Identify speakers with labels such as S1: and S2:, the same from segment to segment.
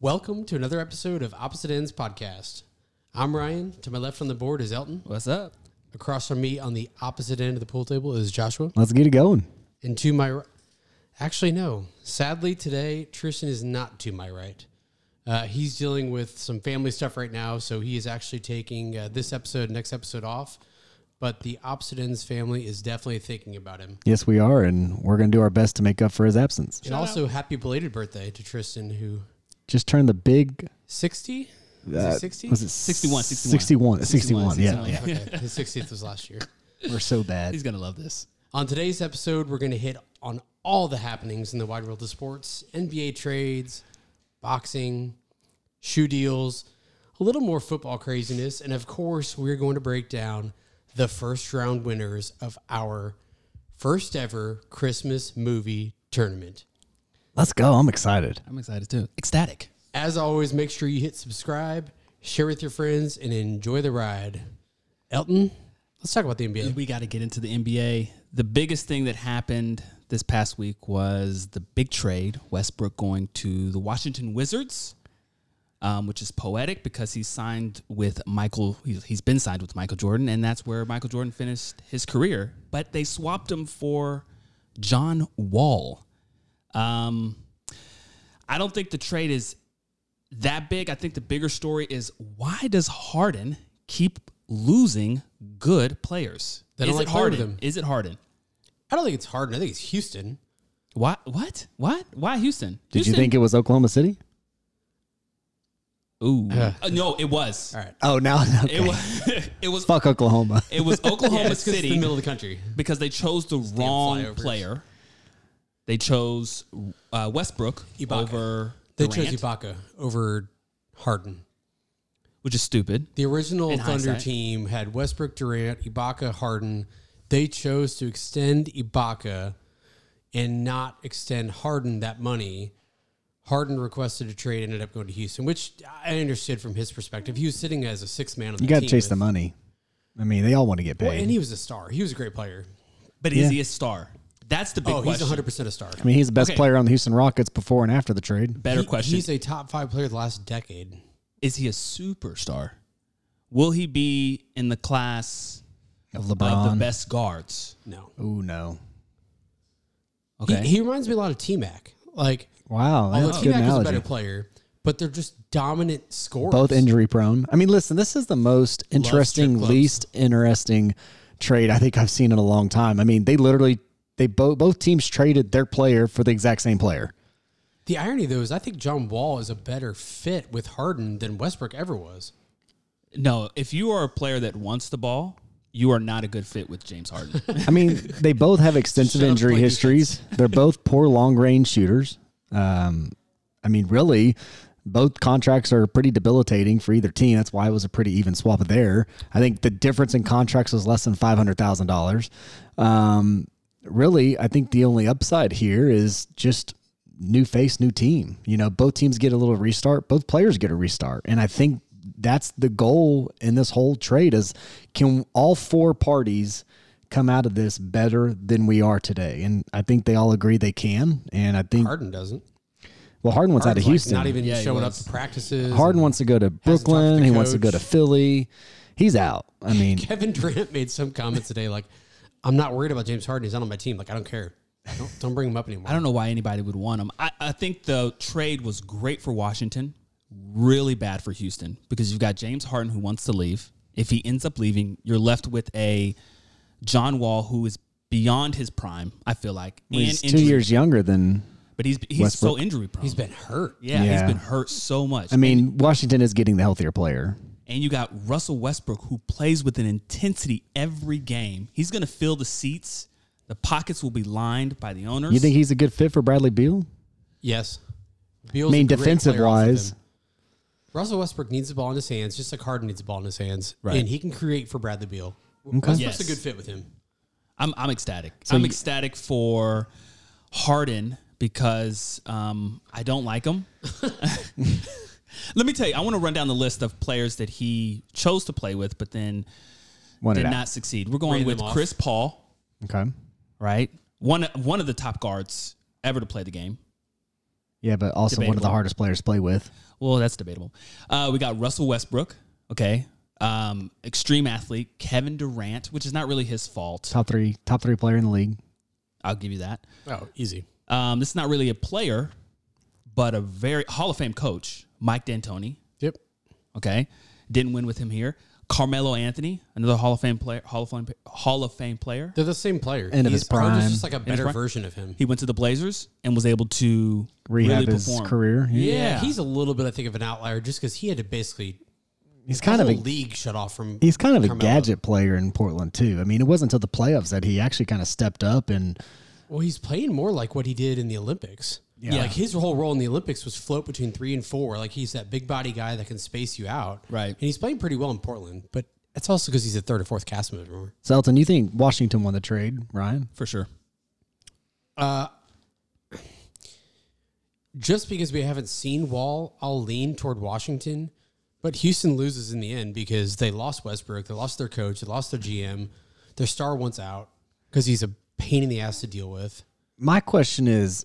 S1: Welcome to another episode of Opposite Ends Podcast. I'm Ryan. To my left on the board is Elton.
S2: What's up?
S1: Across from me on the opposite end of the pool table is Joshua.
S3: Let's get it going.
S1: And to my right, actually, no. Sadly, today, Tristan is not to my right. Uh, he's dealing with some family stuff right now, so he is actually taking uh, this episode, next episode off. But the opposite ends family is definitely thinking about him.
S3: Yes, we are, and we're going to do our best to make up for his absence.
S1: and also, happy belated birthday to Tristan, who
S3: Just turn the big.
S1: 60? Is
S3: uh,
S1: it 60?
S3: Was it
S2: 61, 61.
S3: 61, 61,
S2: 61.
S3: Yeah,
S1: Okay, his 60th was last year.
S3: yeah. We're so bad.
S2: He's gonna love this.
S1: On today's episode, we're going to hit on all the happenings in the wide world of sports, NBA trades, boxing, shoe deals, a little more football craziness, and of course, we're going to break down the first round winners of our first ever Christmas movie tournament.
S3: Let's go. I'm excited.
S2: I'm excited too. Ecstatic.
S1: As always, make sure you hit subscribe, share with your friends, and enjoy the ride. Elton, let's talk about the NBA.
S2: We got to get into the NBA. The biggest thing that happened this past week was the big trade: Westbrook going to the Washington Wizards, um, which is poetic because he signed with Michael. He's, he's been signed with Michael Jordan, and that's where Michael Jordan finished his career. But they swapped him for John Wall. Um, I don't think the trade is that big. I think the bigger story is why does Harden keep losing good players?
S1: They don't
S2: is
S1: like
S2: it
S1: playing with
S2: Harden?
S1: him.
S2: Is it Harden?
S1: I don't think it's hard. I think it's Houston.
S2: Why? What? What? Why Houston?
S3: Did you think it was Oklahoma City?
S2: Ooh, Uh, no, it was.
S1: All right.
S3: Oh, now
S2: It was. it was.
S3: Fuck Oklahoma.
S2: It was
S1: it's 'cause
S2: Oklahoma
S1: it's the
S2: City
S1: middle of the country.
S2: because they chose the wrong
S1: flyovers.
S2: player. They chose uh, Westbrook
S1: Ibaka.
S2: over
S1: They
S2: Durant,
S1: chose Ibaka over Harden.
S2: which is stupid.
S1: The original
S2: In
S1: Thunder
S2: hindsight.
S1: team had Westbrook, Durant, Ibaka, Harden. They chose to extend Ibaka and not extend Harden that money. Harden requested a trade, ended up going to Houston, which I understood from his perspective. He was sitting as a sixth man on the
S3: You got to
S1: team
S3: chase
S1: with-
S3: the money. I mean, they all want to get
S1: Well, and
S3: paid.
S1: he was a star. He was a great player.
S2: But is
S3: Yeah.
S2: he a star? That's the big
S1: Oh, he's
S2: question.
S1: 100% a star.
S3: I mean, he's the best
S2: Okay.
S3: player on the Houston Rockets before and after the trade.
S2: Better
S1: He-
S2: question.
S1: He's a top five player the last decade.
S2: is he a superstar? Will he be in the class
S3: Of
S2: of the
S3: LeBron.
S2: best guards?
S1: No.
S3: Ooh, no.
S2: Okay.
S1: He, he reminds me a lot of T Mac. Like,
S3: Wow.
S1: Although
S3: That's a good
S1: T-Mac was a
S3: analogy.
S1: better player, but they're just dominant scorers.
S3: both injury prone. I mean, listen, this is the most interesting,
S1: clubs.
S3: least interesting trade I think I've seen in a long time. I mean, they literally they both both teams traded their player for the exact same player.
S1: The irony, though, is I think John Wall is a better fit with Harden than Westbrook ever was.
S2: no, if you are a player that wants the ball, you are not a good fit with James Harden.
S3: I mean, they both have extensive
S1: Shut up,
S3: injury
S1: play
S3: histories. They're both poor long range shooters. Um, I mean, really, both contracts are pretty debilitating for either team. That's why it was a pretty even swap there. I think the difference in contracts was less than five hundred thousand dollars. Um, really, I think the only upside here is just new face, new team. You know, both teams get a little restart. Both players get a restart, and I think that's the goal in this whole trade is can all four parties come out of this better than we are today and i think they all agree they can and i think
S1: Harden doesn't.
S3: well, Harden wants out
S1: Harden's
S3: of Houston.
S1: Like not even
S2: Yeah, he
S1: showing up
S2: was.
S1: to practices.
S3: Harden wants to go to
S1: talked to
S3: Brooklyn.
S1: the
S3: he wants to go
S1: coach.
S3: to Philly. He's out. I mean,
S1: Kevin Durant made some comments today, like, "I'm not worried about James Harden. He's not on my team. Like, I don't care. Don't, don't bring him up anymore."
S2: I don't know why anybody would want him. I, I think the trade was great for Washington, really bad for Houston because you've got James Harden who wants to leave. If he ends up leaving, you're left with a John Wall who is beyond his prime. I feel like
S3: he's two
S2: injury-
S3: years younger than.
S2: but he's he's
S3: Westbrook.
S2: so injury prone.
S1: He's been hurt.
S2: yeah,
S3: Yeah.
S2: he's been hurt so much.
S3: I mean, Washington is getting the healthier player.
S2: and you got Russell Westbrook who plays with an intensity every game. He's going to fill the seats. The pockets will be lined by the owners.
S3: You think he's a good fit for Bradley Beal?
S1: Yes. Beal's
S3: I mean,
S1: a great
S3: defensive
S1: player off of
S3: wise.
S1: him. Russell Westbrook needs the ball in his hands, just like Harden needs the ball in his hands,
S2: Right.
S1: and he can create for Bradley Beal. Westbrook's
S2: Yes.
S1: a good fit with him.
S2: I'm I'm ecstatic. I'm ecstatic for Harden because um, I don't like him. Let me tell you, I want to run down the list of players that he chose to play with, but then
S3: Wanted
S2: did
S3: out.
S2: not succeed. We're going
S1: Ran
S2: with
S1: them off.
S2: Chris Paul,
S3: Okay.
S2: right? One one of the top guards ever to play the game.
S3: Yeah, but also one of the
S2: Debatable.
S3: hardest players to play with.
S2: Well, that's debatable. Uh, we got Russell Westbrook. Okay. Um, extreme athlete. Kevin Durant, which is not really his fault.
S3: Top three, top three player in the league.
S2: I'll give you that.
S1: Oh, easy.
S2: Um, this is not really a player, but a very Hall of Fame coach, Mike D'Antoni.
S1: Yep.
S2: Okay, didn't win with him here. Carmelo Anthony, another Hall of Fame player, Hall of Fame, Hall of Fame player.
S1: They're the same player.
S3: End of his
S1: He's- Carter's
S3: prime.
S1: just like a better
S2: prime.
S1: version of him.
S2: He went to the Blazers and was able to
S3: Rehab
S2: really
S3: his
S2: perform.
S3: career. He-
S2: Yeah,
S1: He's a little bit, I think, of an outlier just because he had to basically
S3: He's kind of
S1: the
S3: a
S1: whole league shut off from.
S3: he's kind of a
S1: Carmelo.
S3: gadget player in Portland too. I mean, it wasn't until the playoffs that he actually kind of stepped up and
S1: Well, he's playing more like what he did in the Olympics.
S2: Yeah.
S1: Like his whole role in the Olympics was float between three and four. Like he's that big body guy that can space you out.
S2: Right.
S1: And he's playing pretty well in Portland, but that's also because he's a third or fourth cast member.
S3: Selton. You think Washington won the trade, Ryan?
S2: for sure.
S1: Just because we haven't seen Wall, I'll lean toward Washington, but Houston loses in the end because they lost Westbrook, they lost their coach, they lost their GM, their star wants out because he's a pain in the ass to deal with.
S3: My question is,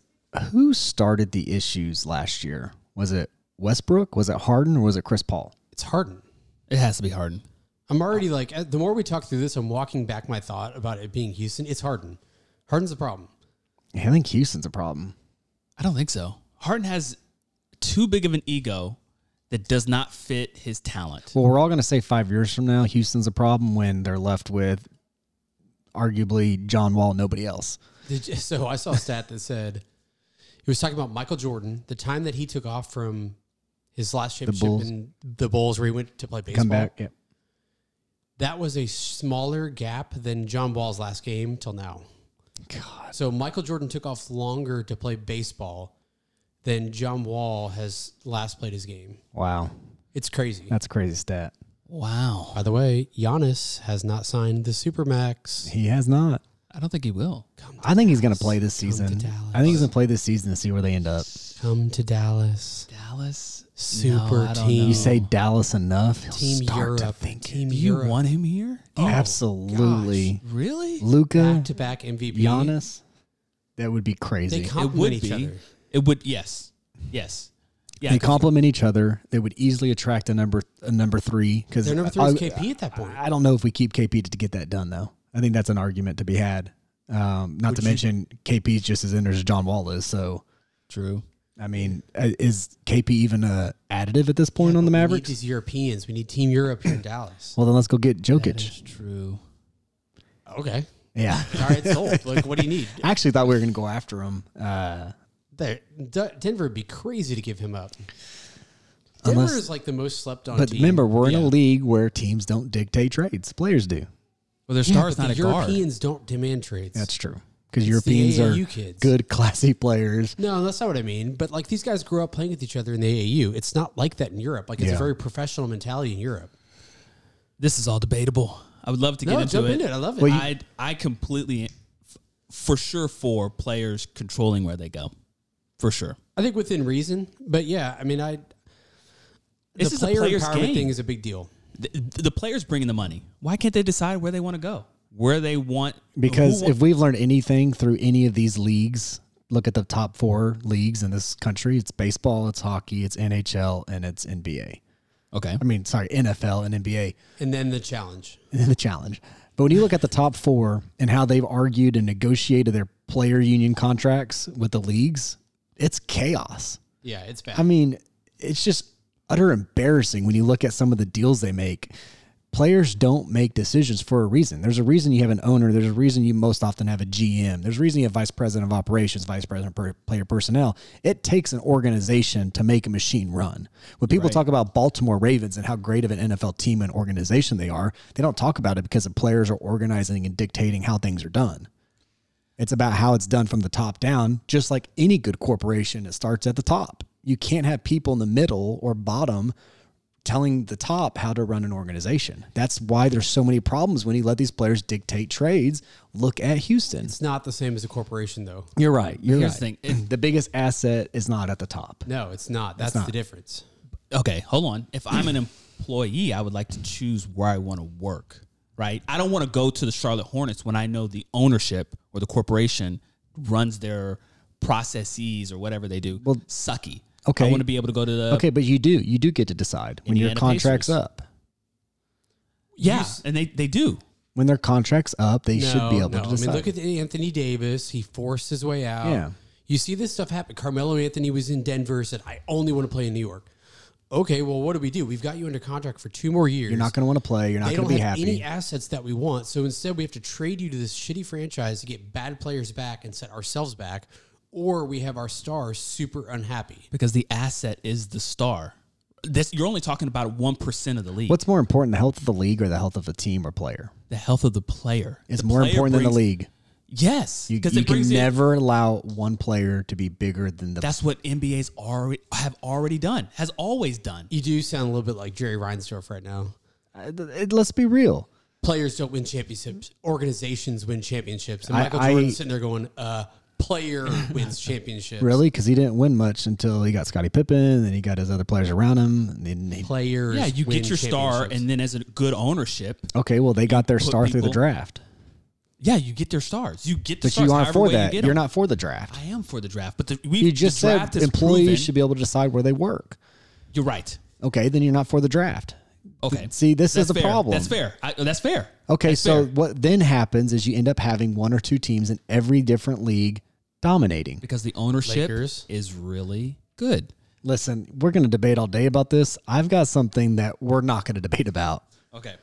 S3: who started the issues last year? Was it Westbrook? Was it Harden? Or was it Chris Paul?
S1: It's Harden.
S2: It has to be Harden.
S1: I'm already like uh, the more we talk through this, I'm walking back my thought about it being Houston. It's Harden. Harden's the problem.
S3: I think Houston's a problem.
S2: I don't think so. Harden has too big of an ego that does not fit his talent.
S3: Well, we're all going to say five years from now, Houston's a problem when they're left with arguably John Wall, nobody else.
S1: Did you, so I saw a stat that said he was talking about Michael Jordan, the time that he took off from his last championship
S3: Bulls.
S1: in the Bulls, where he went to play baseball.
S3: Come back. Yeah.
S1: That was a smaller gap than John Wall's last game till now. God. So Michael Jordan took off longer to play baseball than John Wall has last played his game.
S3: Wow.
S1: It's crazy.
S3: That's a crazy stat.
S2: Wow.
S1: By the way, Giannis has not signed the Supermax.
S3: He has not.
S2: I don't think he will.
S3: I think he's going to play this
S1: Come to
S3: season.
S1: Dallas.
S3: I think he's going to play this season to see where they end up.
S1: Come to Dallas.
S2: Dallas
S1: Super
S2: I don't
S1: team.
S3: You
S1: No.
S3: say Dallas enough, he'll
S1: Team
S3: start to
S1: Europe.
S3: think.
S1: Team
S2: Do you
S1: Europe. Oh.
S2: want him here? Do you-
S3: Absolutely.
S2: really?
S3: Luca,
S1: Back to back MVP.
S3: Giannis, that would be
S1: They
S3: crazy.
S2: It would
S1: complement each
S2: be.
S1: other.
S2: It would. Yes. Yes. Yeah.
S3: they
S2: for
S3: complement each other. They would easily attract a number a number three because
S1: Their number three is KP at that point.
S3: I don't know if we keep KP to get that done though. I think that's an argument to be had. Um, not to mention KP's just as in as John Wall is. So
S2: sure. True.
S3: I mean, uh, is KP even a additive at this point on the
S1: We need
S3: Mavericks?
S1: these Europeans. We need Team Europe here in Dallas.
S3: Well, then let's go get
S2: That
S3: Jokic.
S2: is true.
S1: Okay.
S3: Yeah,
S1: All right, sold. like, what do you need?
S3: I actually thought we were gonna go after him. Uh,
S1: There, D- Denver would be crazy to give him up. Denver
S3: Unless-
S1: is like the most slept on
S3: but
S1: team.
S3: remember, we're in
S2: Yeah.
S3: a league where teams don't dictate trades; players do.
S2: Well, their
S1: Yeah,
S2: star's
S1: but
S2: not a
S1: the
S2: guard.
S1: Europeans don't demand trades.
S3: That's true because
S1: It's the
S3: Europeans
S1: AAU
S3: are
S1: kids.
S3: good, classy players.
S1: No, that's not what I mean. But like these guys grew up playing with each other in the AAU. It's not like that in Europe. Like it's
S3: Yeah.
S1: a very professional mentality in Europe.
S2: This is all debatable. I would love to get
S1: No,
S2: into
S1: jump
S2: it.
S1: into it. I love it.
S2: I I completely, f- for sure, for players controlling where they go, for sure.
S1: I think within reason, but yeah, I mean, I
S2: This
S1: the
S2: is a
S1: player
S2: player's
S1: empowerment
S2: game.
S1: thing is a big deal.
S2: The, the players bringing the money. Why can't they decide where they want to go? Where they want
S3: Because
S2: who wa-
S3: if we've learned anything through any of these leagues, look at the top four leagues in this country. It's baseball, it's hockey, it's NHL, and it's NBA.
S2: okay,
S3: I mean, sorry, NFL and NBA
S1: And then the challenge.
S3: and then the challenge. But when you look at the top four and how they've argued and negotiated their player union contracts with the leagues, it's chaos.
S1: Yeah, it's bad.
S3: I mean, it's just utter embarrassing when you look at some of the deals they make. Players don't make decisions for a reason. There's a reason you have an owner. There's a reason you most often have a GM. There's a reason you have vice president of operations, vice president of per- player personnel. It takes an organization to make a machine run. When people talk about Baltimore Ravens and how great of an NFL team and organization they are, they don't talk about it because the players are organizing and dictating how things are done. It's about how it's done from the top down, just like any good corporation, it starts at the top. You can't have people in the middle or bottom telling the top how to run an organization. That's why there's so many problems when you let these players dictate trades. Look at Houston.
S1: it's not the same as a corporation, though.
S3: You're right. You're
S2: Here's
S3: right.
S2: the thing.
S3: The biggest asset is not at the top.
S1: No, it's not. That's the difference.
S2: okay, hold on. If I'm an employee, I would like to choose where I want to work, right? I don't want to go to the Charlotte Hornets when I know the ownership or the corporation runs their processes or whatever they do
S3: Well,
S2: sucky.
S3: okay.
S2: I want to be able to go to the
S3: Okay, but you do you do get to decide when your
S2: Indiana
S3: contract's
S2: Pacers.
S3: up.
S2: yeah,
S1: Use-
S2: and they they do.
S3: When their contract's up, they should be able to
S1: I
S3: decide.
S1: mean, look at Anthony Davis. He forced his way out.
S3: Yeah.
S1: You see this stuff happen. Carmelo Anthony was in Denver, said, I only want to play in New York. Okay, well, what do we do? We've got you under contract for two more years.
S3: you're not going to want to play. You're not
S1: they
S3: going
S1: don't
S3: to be
S1: have
S3: happy.
S1: any assets that we want. So instead, we have to trade you to this shitty franchise to get bad players back and set ourselves back, or we have our stars super unhappy.
S2: because the asset is the star. This you're only talking about one percent of the league.
S3: What's more important, the health of the league or the health of a team or player?
S2: the health of the player?
S3: It's
S2: The
S3: more
S2: player
S3: important than the
S2: brings-
S3: league.
S2: Yes,
S3: You,
S2: because
S3: you
S2: it
S3: can
S2: brings in-
S3: never allow one player to be bigger than the.
S2: That's what NBA's already have already done, has always done.
S1: You do sound a little bit like Jerry Reinsdorf right now.
S3: Uh, th- it- let's be real.
S1: Players don't win championships. Organizations win championships. And
S3: I-
S1: Michael
S3: I-
S1: Jordan's sitting there going, uh, player wins championships.
S3: Really, because he didn't win much until he got Scottie Pippen, and then he got his other players around him. And then he,
S1: Players
S2: Yeah, you
S1: win
S2: get your star,
S1: championships.
S2: and then as a good ownership,
S3: okay, well, they got their
S2: put
S3: star through the
S2: people-
S3: draft,
S2: yeah, you get their stars. You get the
S3: but
S2: stars.
S3: you aren't
S2: however
S3: for
S2: way you
S3: that.
S2: get
S3: You are
S2: them.
S3: not for the draft.
S2: I am for the draft, but the, we
S3: You just
S2: the
S3: said
S2: draft is
S3: employees
S2: proven-
S3: should be able to decide where they work.
S2: You're right.
S3: Okay, then you're not for the draft.
S2: Okay,
S3: See, this
S2: That's
S3: is a
S2: fair.
S3: problem.
S2: That's fair. I, that's fair.
S3: Okay,
S2: That's
S3: so
S2: fair.
S3: what then happens is you end up having one or two teams in every different league dominating.
S2: because the ownership
S1: Lakers.
S2: is really good.
S3: Listen, we're going to debate all day about this. I've got something that we're not going to debate about.
S2: Okay,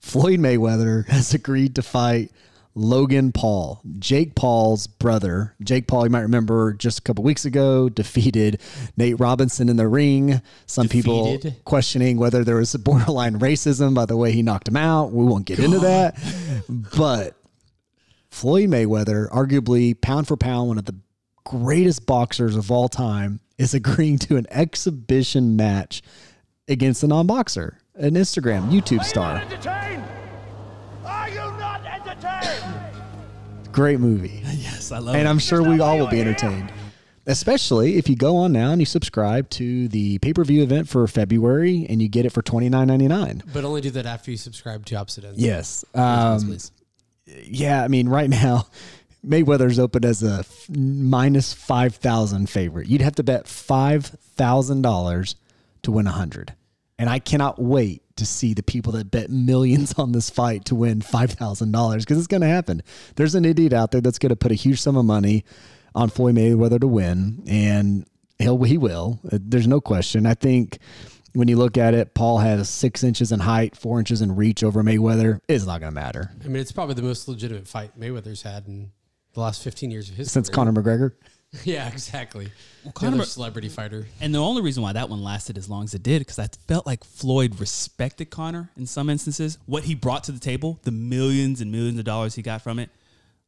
S3: Floyd Mayweather has agreed to fight Logan Paul, Jake Paul's brother. Jake Paul, you might remember just a couple weeks ago, defeated Nate Robinson in the ring. Some people
S1: Defeated?
S3: questioning whether there was borderline racism by the way he knocked him out. We won't get into that. But Floyd Mayweather, arguably pound for pound, one of the greatest boxers of all time, is agreeing to an exhibition match against a non boxer, an Instagram, YouTube star.
S4: Are you not entertained? Are you not entertained?
S3: Great movie.
S2: yes, I love
S3: And
S2: it.
S3: I'm sure we all will be entertained. Especially if you go on now and you subscribe to the pay per view event for February and you get it for twenty nine ninety nine.
S1: But only do that after you subscribe to Opposite Ends.
S3: Yes. Um,
S2: Please.
S3: yeah, I mean, right now, Mayweather's open as a f- minus 5,000 favorite. You'd have to bet $5,000 to win 100. And I cannot wait to see the people that bet millions on this fight to win $5,000 because it's going to happen. There's an idiot out there that's going to put a huge sum of money on Floyd Mayweather to win, and he'll, he will. Uh, There's no question. I think when you look at it, Paul has six inches in height, four inches in reach over Mayweather. It's not going to matter.
S1: I mean, it's probably the most legitimate fight Mayweather's had in the last 15 years of his
S3: since
S1: career.
S3: Conor McGregor.
S1: Yeah, exactly.
S2: Conor-
S1: Another celebrity fighter.
S2: And the only reason why that one lasted as long as it did, because I felt like Floyd respected Connor in some instances. What he brought to the table, the millions and millions of dollars he got from it.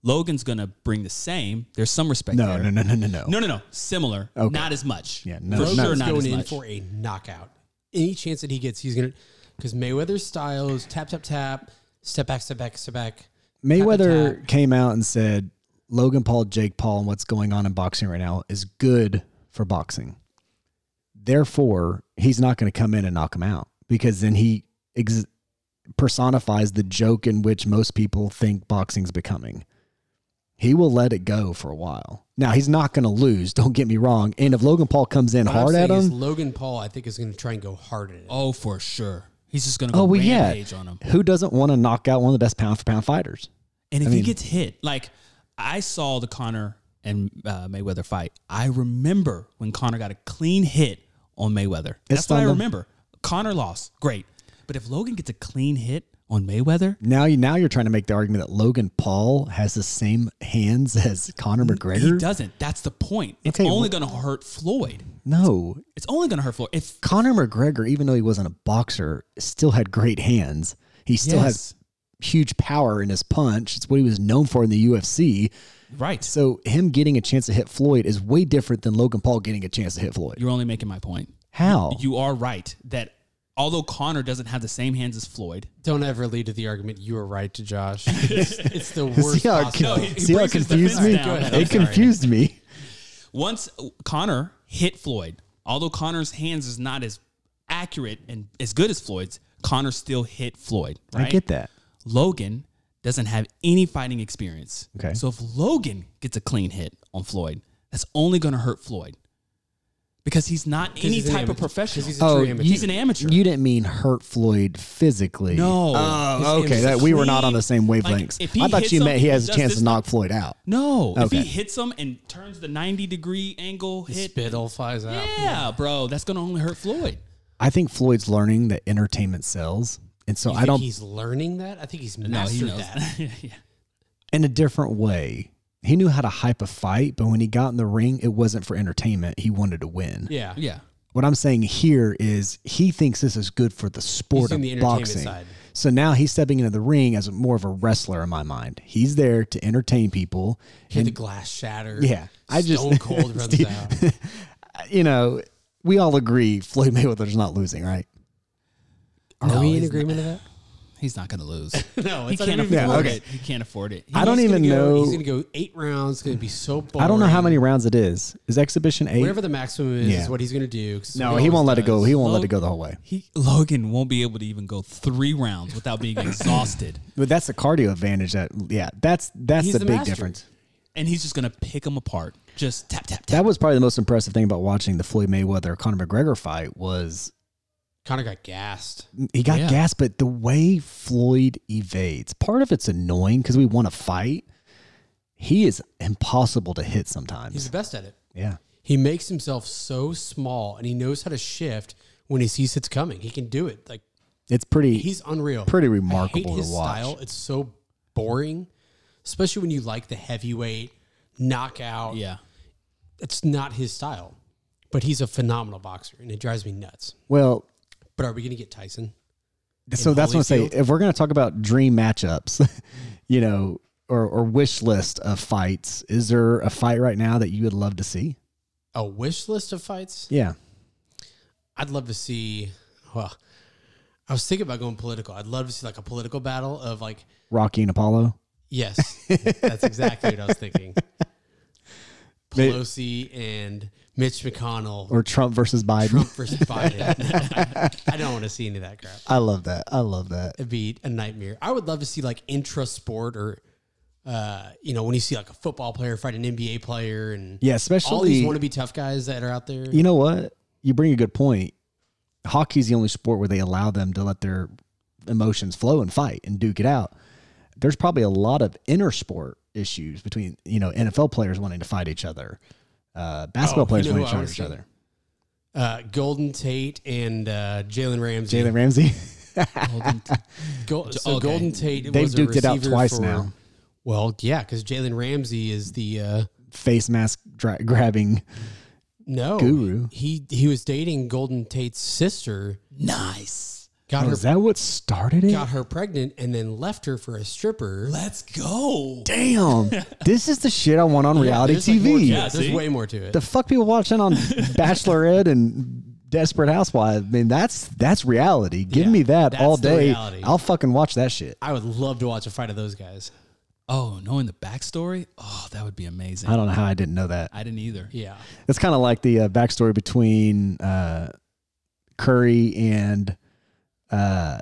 S2: Logan's gonna bring the same. There's some respect.
S3: No,
S2: there.
S3: no, no, no, no, no.
S2: no, no, no. Similar, not as much.
S3: Yeah, no,
S2: for
S3: not-
S2: sure,
S1: He's
S2: not
S1: going
S2: as
S1: in
S2: much.
S1: for a knockout. Any chance that he gets, he's gonna because Mayweather's style is tap tap tap, step back, step back, step back.
S3: Mayweather
S1: Tap, tap.
S3: came out and said Logan Paul, Jake Paul, and what's going on in boxing right now is good for boxing. Therefore, he's not going to come in and knock him out because then he ex- personifies the joke in which most people think boxing's becoming. He will let it go for a while. Now he's not going to lose. Don't get me wrong. And if Logan Paul comes in
S1: What I'm
S3: hard at
S1: saying is
S3: him,
S1: Logan Paul, I think, is gonna try and go hard at it.
S2: Oh, for sure. He's just gonna go
S3: oh well, yeah.
S2: rampage on him.
S3: Who doesn't want to knock out one of the best pound for pound fighters?
S2: And if he gets hit, like I saw the Connor and uh, Mayweather fight, I remember when Connor got a clean hit on Mayweather. That's what I
S3: stunned him.
S2: remember. Connor lost, great. But if Logan gets a clean hit on Mayweather,
S3: Now you now you're trying to make the argument that Logan Paul has the same hands as Conor
S2: he
S3: McGregor.
S2: doesn't. That's the point. It's
S3: Okay,
S2: only going to hurt Floyd.
S3: no,
S2: It's only going to hurt Floyd. If
S3: Conor McGregor, even though he wasn't a boxer, still had great hands. He still
S2: yes,
S3: has huge power in his punch. It's what he was known for in the UFC.
S2: right.
S3: So him getting a chance to hit Floyd is way different than Logan Paul getting a chance to hit Floyd.
S2: You're only making my point.
S3: How?
S2: You are right that although Connor doesn't have the same hands as Floyd,
S1: Don't ever lead to the argument you were right to Josh. It's, it's the worst.
S3: see how it,
S1: possible.
S3: con-
S2: No, he- he
S3: see how it
S2: breaks his
S3: confused
S2: defense
S3: me?
S2: down. Go ahead,
S1: I'm
S3: It
S1: sorry.
S3: confused me.
S2: once Connor hit Floyd, although Connor's hands is not as accurate and as good as Floyd's, Connor still hit Floyd. Right?
S3: I get that.
S2: Logan doesn't have any fighting experience.
S3: Okay.
S2: So if Logan gets a clean hit on Floyd, That's only going to hurt Floyd because he's not any
S1: he's an
S2: type
S1: amateur.
S2: of
S1: 'Cause
S2: professional.
S1: he's
S2: He's,
S1: a true
S3: Oh,
S1: amateur.
S2: an amateur.
S3: You didn't mean hurt Floyd physically.
S2: no.
S3: Oh,
S1: His
S3: okay.
S1: aim's
S3: That we were not
S2: clean.
S3: on the same
S2: Like,
S3: wavelengths.
S2: if he
S3: I thought
S2: hits
S3: you
S2: him,
S3: meant he has a
S2: he does
S3: chance
S2: this-
S3: to knock Floyd out.
S2: no. If
S3: Okay.
S2: he hits him and turns the 90 degree angle
S1: His
S2: hit.
S1: spit all flies out.
S2: Yeah, bro. That's going to only hurt Floyd.
S3: I think Floyd's learning that entertainment sells, and so
S1: You
S3: I
S1: think
S3: don't
S1: He's learning that. I think he's
S2: No, he
S1: mastered
S2: knows
S1: that.
S2: that. yeah.
S3: in a different way. He knew how to hype a fight, but when he got in the ring, it wasn't for entertainment. He wanted to win.
S1: Yeah,
S2: Yeah.
S3: What I'm saying here is he thinks this is good for the sport
S1: He's in
S3: of
S1: the entertainment
S3: boxing.
S1: side.
S3: So now he's stepping into the ring as more of a wrestler in my mind. He's there to entertain people.
S1: Hear the glass shatter.
S3: Yeah, I just-
S1: Stone Cold runs
S3: Steve-
S1: out.
S3: You know, we all agree Floyd Mayweather's not losing, right?
S1: Are
S2: No,
S1: we in
S2: he's
S1: agreement of that?
S2: He's not going to lose.
S1: No,
S2: he
S1: it's not even
S2: can't afford
S3: Yeah,
S1: close.
S3: okay.
S2: it. He can't afford it. He-
S3: I don't
S1: He's
S3: even
S1: gonna go-
S3: know.
S1: He's going to go eight rounds. It's going to be so boring.
S3: I don't know how many rounds it is. Is exhibition eight?
S1: Whatever the maximum is,
S3: Yeah.
S1: is what he's going to do. 'cause
S3: no,
S1: we
S3: he
S1: always
S3: won't let it
S1: does.
S3: go. He won't let
S2: Logan-
S3: it go the whole way.
S2: He Logan won't be able to even go three rounds without being exhausted,
S3: But that's the cardio advantage. That yeah, that's that's
S1: He's
S3: the,
S1: the
S3: big
S1: master.
S3: difference.
S2: and he's just gonna pick him apart, just tap tap tap.
S3: That was probably the most impressive thing about watching the Floyd Mayweather Conor McGregor fight was
S1: Connor got gassed.
S3: he got
S2: Yeah.
S3: gassed, but the way Floyd evades, part of it's annoying because we want to fight. He is impossible to hit sometimes.
S1: He's the best at it.
S3: yeah.
S1: He makes himself so small, and he knows how to shift when he sees it's coming. He can do it. Like
S3: It's pretty
S1: he's unreal.
S3: pretty
S1: I hate
S3: remarkable to
S1: his
S3: watch.
S1: style. It's so boring, especially when you like the heavyweight knockout.
S2: yeah.
S1: it's not his style, but he's a phenomenal boxer, and it drives me nuts.
S3: Well,
S1: But are we going to get Tyson?
S3: so that's what I'm saying.
S1: Holyfield?
S3: If we're gonna talk about dream matchups, you know, or, or wish list of fights, is there a fight right now that you would love to see?
S1: A wish list of fights?
S3: Yeah.
S1: I'd love to see. Well, I was thinking about going political. I'd love to see like a political battle of like,
S3: Rocky and Apollo.
S1: yes, that's exactly what I was thinking. Pelosi and Mitch McConnell,
S3: Or Trump versus Biden.
S1: Trump versus Biden. I don't want to see any of that crap.
S3: I love that. I love that.
S1: It'd be a nightmare. I would love to see like intra sport or, uh, you know, when you see like a football player fight an NBA player and all
S3: Yeah,
S1: these
S3: especially
S1: want to be tough guys that are out there.
S3: you know what? You bring a good point. Hockey's the only sport where they allow them to let their emotions flow and fight and duke it out. There's probably a lot of inner sport issues between you know NFL players wanting to fight each other, uh, basketball
S1: Oh, you
S3: players
S1: know
S3: wanting
S1: who
S3: to
S1: I
S3: fight
S1: would
S3: each
S1: say?
S3: other.
S1: Uh, Golden Tate and uh, Jalen Ramsey.
S3: Jalen Ramsey,
S1: Go- so
S2: okay.
S1: Golden Tate.
S3: They've
S1: was a
S3: duked it out
S1: receiver
S3: twice
S1: for-
S3: now.
S1: Well, yeah, because Jalen Ramsey is the uh,
S3: face mask dra- grabbing.
S1: no
S3: Guru.
S1: He he was dating Golden Tate's sister.
S2: nice.
S1: Got
S3: Oh,
S1: her
S3: is that what started it?
S1: got her pregnant and then left her for a stripper.
S2: Let's go.
S3: Damn, this is the shit I want on reality
S1: There's, like,
S3: TV.
S1: more to it.
S2: Yeah,
S1: there's
S2: see?
S1: way more to it.
S3: the fuck people watching on Bachelorette and Desperate Housewives? I mean, that's that's reality. Give
S1: Yeah,
S3: me that
S1: that's
S3: all
S1: the
S3: day.
S1: reality.
S3: I'll fucking watch that shit.
S1: I would love to watch a fight of those guys.
S2: Oh, knowing the backstory, oh, that would be amazing.
S3: I don't know how I didn't know that.
S2: I didn't either.
S1: Yeah.
S3: It's kind of like the uh, backstory between uh, Curry and uh,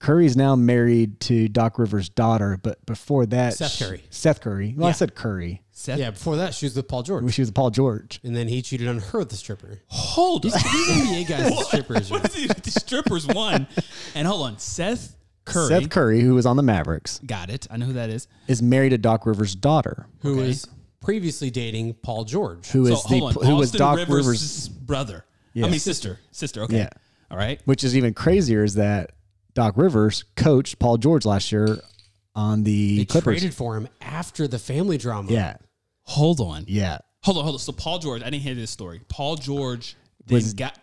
S3: Curry's now married to Doc Rivers' daughter, but before that,
S1: Seth
S3: sh-
S1: Curry.
S3: Seth Curry. Well, I
S1: Yeah.
S3: said Curry.
S2: Seth,
S1: Yeah, before that, she was with Paul George.
S3: She was Paul George.
S1: And then he cheated on her with the stripper.
S2: hold on.
S1: These NBA guys are strippers.
S2: what is he? The strippers won. And hold on, Seth Curry.
S3: Seth Curry, who was on the Mavericks,
S2: Got it. I know who that is.
S3: is married to Doc Rivers' daughter.
S1: who was previously dating Paul George.
S3: who
S2: So
S3: is the
S2: hold on.
S3: who was
S2: Austin
S3: Doc
S2: Rivers'
S3: Rivers',
S2: brother.
S3: Yeah.
S2: I mean sister. Sister. Okay.
S3: Yeah.
S2: All right.
S3: which is even crazier is that Doc Rivers coached Paul George last year on the
S1: They
S3: Clippers.
S1: traded for him after the family drama.
S3: Yeah,
S2: Hold on.
S3: yeah.
S2: Hold on, hold on. So Paul George, I didn't hear this story. Paul George then
S3: Was-
S2: got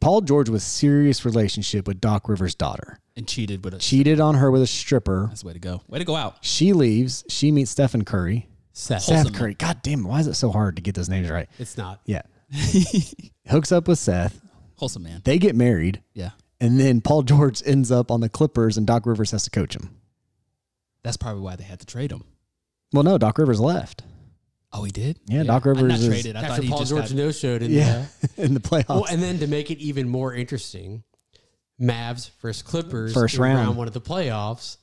S3: Paul George was serious relationship with Doc Rivers' daughter.
S2: and cheated with a
S3: Cheated on her with a stripper.
S2: that's the way to go. Way to go out.
S3: She leaves. She meets Stephen Curry.
S1: Seth.
S3: Seth Curry. God damn, why is it so hard to get those names right?
S1: It's not.
S3: Yeah. Hooks up with Seth.
S2: Wholesome man.
S3: They get married,
S2: Yeah.
S3: and then Paul George ends up on the Clippers, and Doc Rivers has to coach him.
S2: That's probably why they had to trade him.
S3: Well, no, Doc Rivers left.
S2: Oh, he did?
S3: Yeah, Doc
S2: I'm
S3: Rivers
S2: not
S3: is-
S2: traded. I thought
S1: After
S2: he
S1: Paul
S2: just
S1: George
S2: got,
S1: no showed in
S3: Yeah,
S1: yeah.
S3: in the playoffs.
S1: Well, and then to make it even more interesting, Mavs versus Clippers
S3: First
S1: in
S3: round.
S1: one of the playoffs.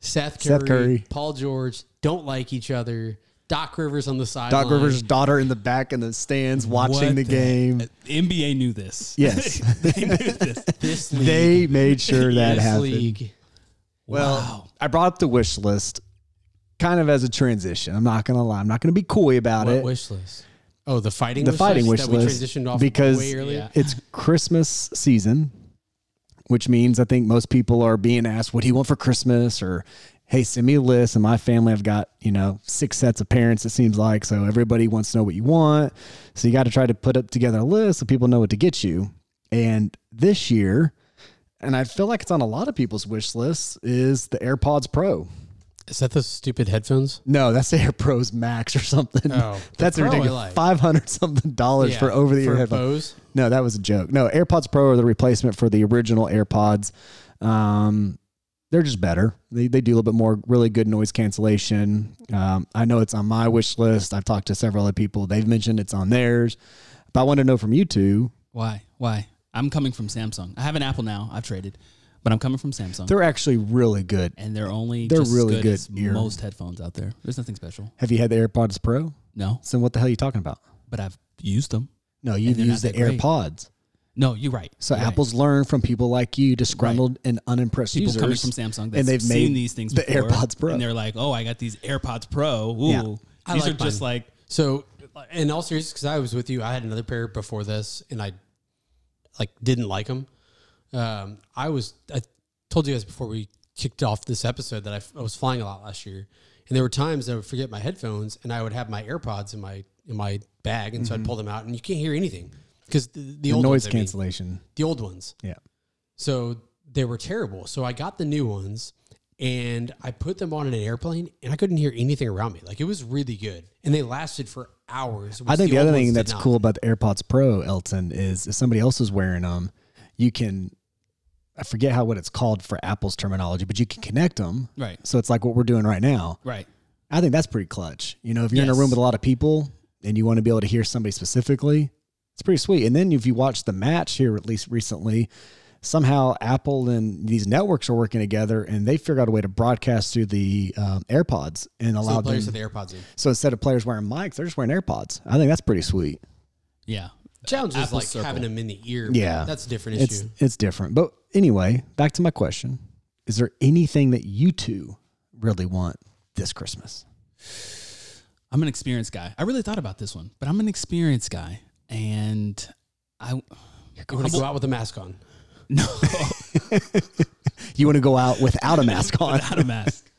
S1: Seth Curry,
S3: Seth Curry.
S1: Paul George don't like each other. Doc Rivers on the sideline.
S3: Doc Rivers' daughter in the back in the stands watching
S2: What Uh,
S3: the game.
S2: NBA knew this.
S3: Yes.
S2: they knew this.
S1: This league.
S3: They made sure that
S1: this
S3: happened.
S1: league.
S3: Well,
S2: Wow.
S3: I brought up the wish list kind of as a transition. I'm not going to lie. I'm not going to be coy about
S1: What
S3: it.
S1: wish list? Oh, the fighting.
S3: the
S1: wish
S3: fighting wish
S1: list that
S3: list
S1: we transitioned off
S3: because
S1: way earlier.
S2: Yeah.
S3: it's Christmas season, which means I think most people are being asked, "What do you want for Christmas?" or "Hey, send me a list." And my family, I've got you know six sets of parents. It seems like so everybody wants to know what you want, so you got to try to put up together a list so people know what to get you. And this year, and I feel like it's on a lot of people's wish lists, is the AirPods Pro.
S1: Is that the stupid headphones?
S3: No, that's the Air Pros Max or something.
S1: Oh,
S3: that's
S1: the Pro I
S3: ridiculous.
S1: like.
S3: Five hundred something dollars
S1: Yeah,
S3: for over the ear
S1: for
S3: headphones.
S1: Bose?
S3: No, that was a joke. No, AirPods Pro are the replacement for the original AirPods. Um, they're just better. They, they do a little bit more really good noise cancellation. Um, I know it's on my wish list. I've talked to several other people. They've mentioned it's on theirs. But I want to know from you two,
S2: Why? Why? I'm coming from Samsung. I have an Apple now. I've traded, but I'm coming from Samsung.
S3: they're actually really good.
S2: and they're only
S3: they're
S2: just as
S3: really
S2: good,
S3: good
S2: as
S3: ear-
S2: most headphones out there. There's nothing special.
S3: Have you had the AirPods Pro?
S2: No,
S3: So what the hell are you talking about?
S2: but I've used them.
S3: No, you've
S2: they're not
S3: used the
S2: that great.
S3: AirPods.
S2: No, you're right.
S3: So
S2: You're right.
S3: Apple's learned from people like you, disgruntled and unimpressed
S2: people
S3: users.
S2: coming from Samsung that's
S3: and they've
S2: seen
S3: made
S2: these things
S3: the
S2: before,
S3: AirPods Pro.
S2: and they're like, "Oh, I got these AirPods Pro. Ooh,
S3: Yeah.
S1: I
S2: these
S1: like
S2: are just
S1: mine.
S2: like
S1: So, in all seriousness, because I was with you, I had another pair before this, and I like didn't like them. Um, I was I told you guys before we kicked off this episode that I, f- I was flying a lot last year, and there were times I would forget my headphones, and I would have my AirPods in my in my bag, and so I'd pull them out, and you can't hear anything because the, the,
S3: the
S1: old
S3: noise
S1: ones, I mean,
S3: cancellation.
S1: the old ones.
S3: Yeah.
S1: So they were terrible. So I got the new ones and I put them on in an airplane and I couldn't hear anything around me. Like it was really good. And they lasted for hours.
S3: I
S1: which
S3: think the,
S1: old
S3: other
S1: ones
S3: thing
S1: did
S3: that's
S1: not.
S3: cool about the AirPods Pro, Elton, is if somebody else is wearing them, you can. I forget how what it's called for Apple's terminology, but you can connect them.
S2: Right.
S3: So it's like what we're doing right now.
S2: right.
S3: I think that's pretty clutch. You know, if you're in a
S2: Yes.
S3: room with a lot of people and you want to be able to hear somebody specifically, it's pretty sweet. And then if you watch the match here, at least recently, somehow Apple and these networks are working together and they figured out a way to broadcast through the um, AirPods and
S1: So
S3: allow
S1: the players
S3: them.
S1: had the AirPods in.
S3: so instead of players wearing mics, they're just wearing AirPods. I think that's pretty sweet.
S2: Yeah,
S1: Challenge is
S2: Apple
S1: like
S2: Circle.
S1: having them in the ear. but
S3: Yeah.
S1: That's a different issue.
S3: It's it's different. But anyway, back to my question: Is there anything that you two really want this Christmas?
S2: I'm an experienced guy. I really thought about this one, but I'm an experienced guy, and I
S1: You're going to go out with a mask on.
S2: no
S3: You want to go out without a mask on?
S2: without a mask.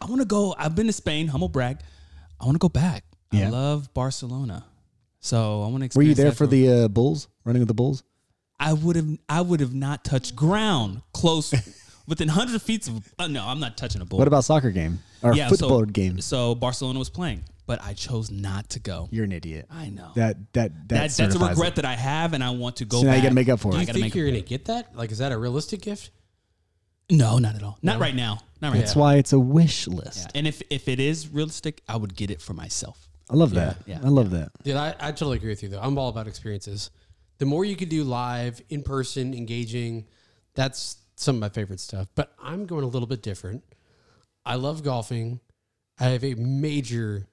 S2: I want to go. I've been to Spain. Humble brag. I want to go back.
S3: Yeah.
S2: I love Barcelona, so I want to.
S3: Were
S2: experience
S3: you there
S2: that
S3: for
S2: from-
S3: the uh, Bulls running with the Bulls?
S2: I would have I would have not touched ground close within hundred feet of. Uh, no, I'm not touching a bull.
S3: What about soccer game or football
S2: so,
S3: game?
S2: So Barcelona was playing, but I chose not to go.
S3: You're an idiot.
S2: I know that,
S3: That that that
S2: that's a
S3: certifies
S2: regret
S3: it.
S2: that I have, and I want to go.
S3: So now you
S2: back.
S3: got to make up for
S1: Do you
S3: it.
S2: gotta
S1: think
S2: make
S1: you're
S2: a-
S1: going to get that? Like, is that a realistic gift?
S2: No, not at all. Not right now. Not right
S3: That's
S2: now.
S3: why it's a wish list.
S2: Yeah. And if if it is realistic, I would get it for myself.
S3: I love that.
S2: yeah,
S3: I love that.
S1: Dude, I, I totally agree with you though. I'm all about experiences. The more you can do live, in person, engaging, that's some of my favorite stuff. But I'm going a little bit different. I love golfing. I have a major,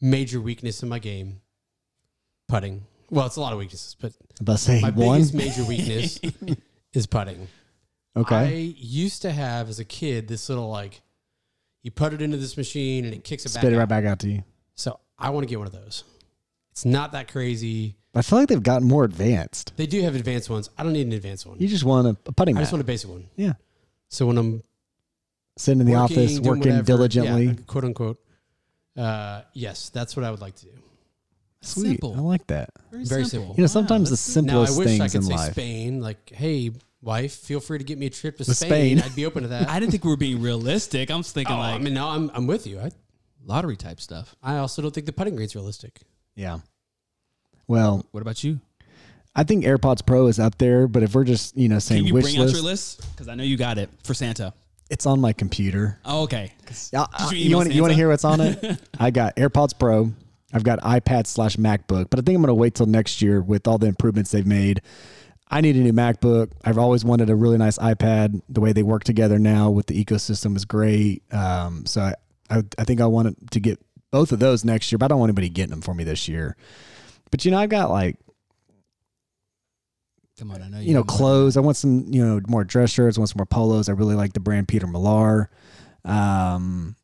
S1: major weakness in my game. Putting. Well, it's a lot of weaknesses, but
S3: About saying
S1: my
S3: one.
S1: biggest major weakness is putting. I
S3: Okay.
S1: used to have as a kid this little like you put it into this machine and it kicks it back.
S3: Spit it
S1: out.
S3: right back out to you.
S1: So I want to get one of those. It's not that crazy.
S3: I feel like they've gotten more advanced.
S1: They do have advanced ones. I don't need an advanced one.
S3: You just want a, a putting
S1: I
S3: mat.
S1: just want a basic one.
S3: yeah.
S1: So when I'm
S3: Sitting in the
S1: working,
S3: office,
S1: doing
S3: working
S1: whatever,
S3: diligently.
S1: yeah, quote unquote. Uh, yes, that's what I would like to do.
S3: Sweet.
S2: Simple.
S3: I like that.
S1: Very simple.
S3: You know,
S2: Wow,
S3: sometimes the
S2: that's-
S1: Now I
S3: simplest
S1: wish
S3: things
S1: I could
S3: in
S1: say
S3: life.
S1: Spain. Like, hey, wife, feel free to get me a trip to
S3: To
S1: Spain.
S3: Spain.
S1: I'd be open to that.
S2: I didn't think we were being realistic. I was thinking
S1: Oh,
S2: like
S1: I mean, no, I'm I'm with you. I
S2: lottery type stuff.
S1: I also don't think the putting green's realistic.
S3: Yeah. Well,
S2: What about you?
S3: I think AirPods Pro is up there, but if we're just you know saying
S2: Can you
S3: wish
S2: bring out
S3: list,
S2: your list? Because I know you got it for Santa.
S3: it's on my computer.
S2: Oh, okay. 'Cause-
S3: Yeah,
S2: Did
S3: uh,
S2: you
S3: you
S2: email
S3: want you want to
S2: Santa?
S3: hear what's on it? I got AirPods Pro. I've got iPad slash MacBook, but I think I'm going to wait till next year with all the improvements they've made. I need a new MacBook. I've always wanted a really nice iPad. The way they work together now with the ecosystem is great. Um, so I, I, I think I want to get both of those next year, but I don't want anybody getting them for me this year. But you know, I've got like
S2: Come on, I know you.
S3: you know
S2: have more.
S3: clothes. I want some you know more dress shirts. I want some more polos. I really like the brand Peter Millar. Um,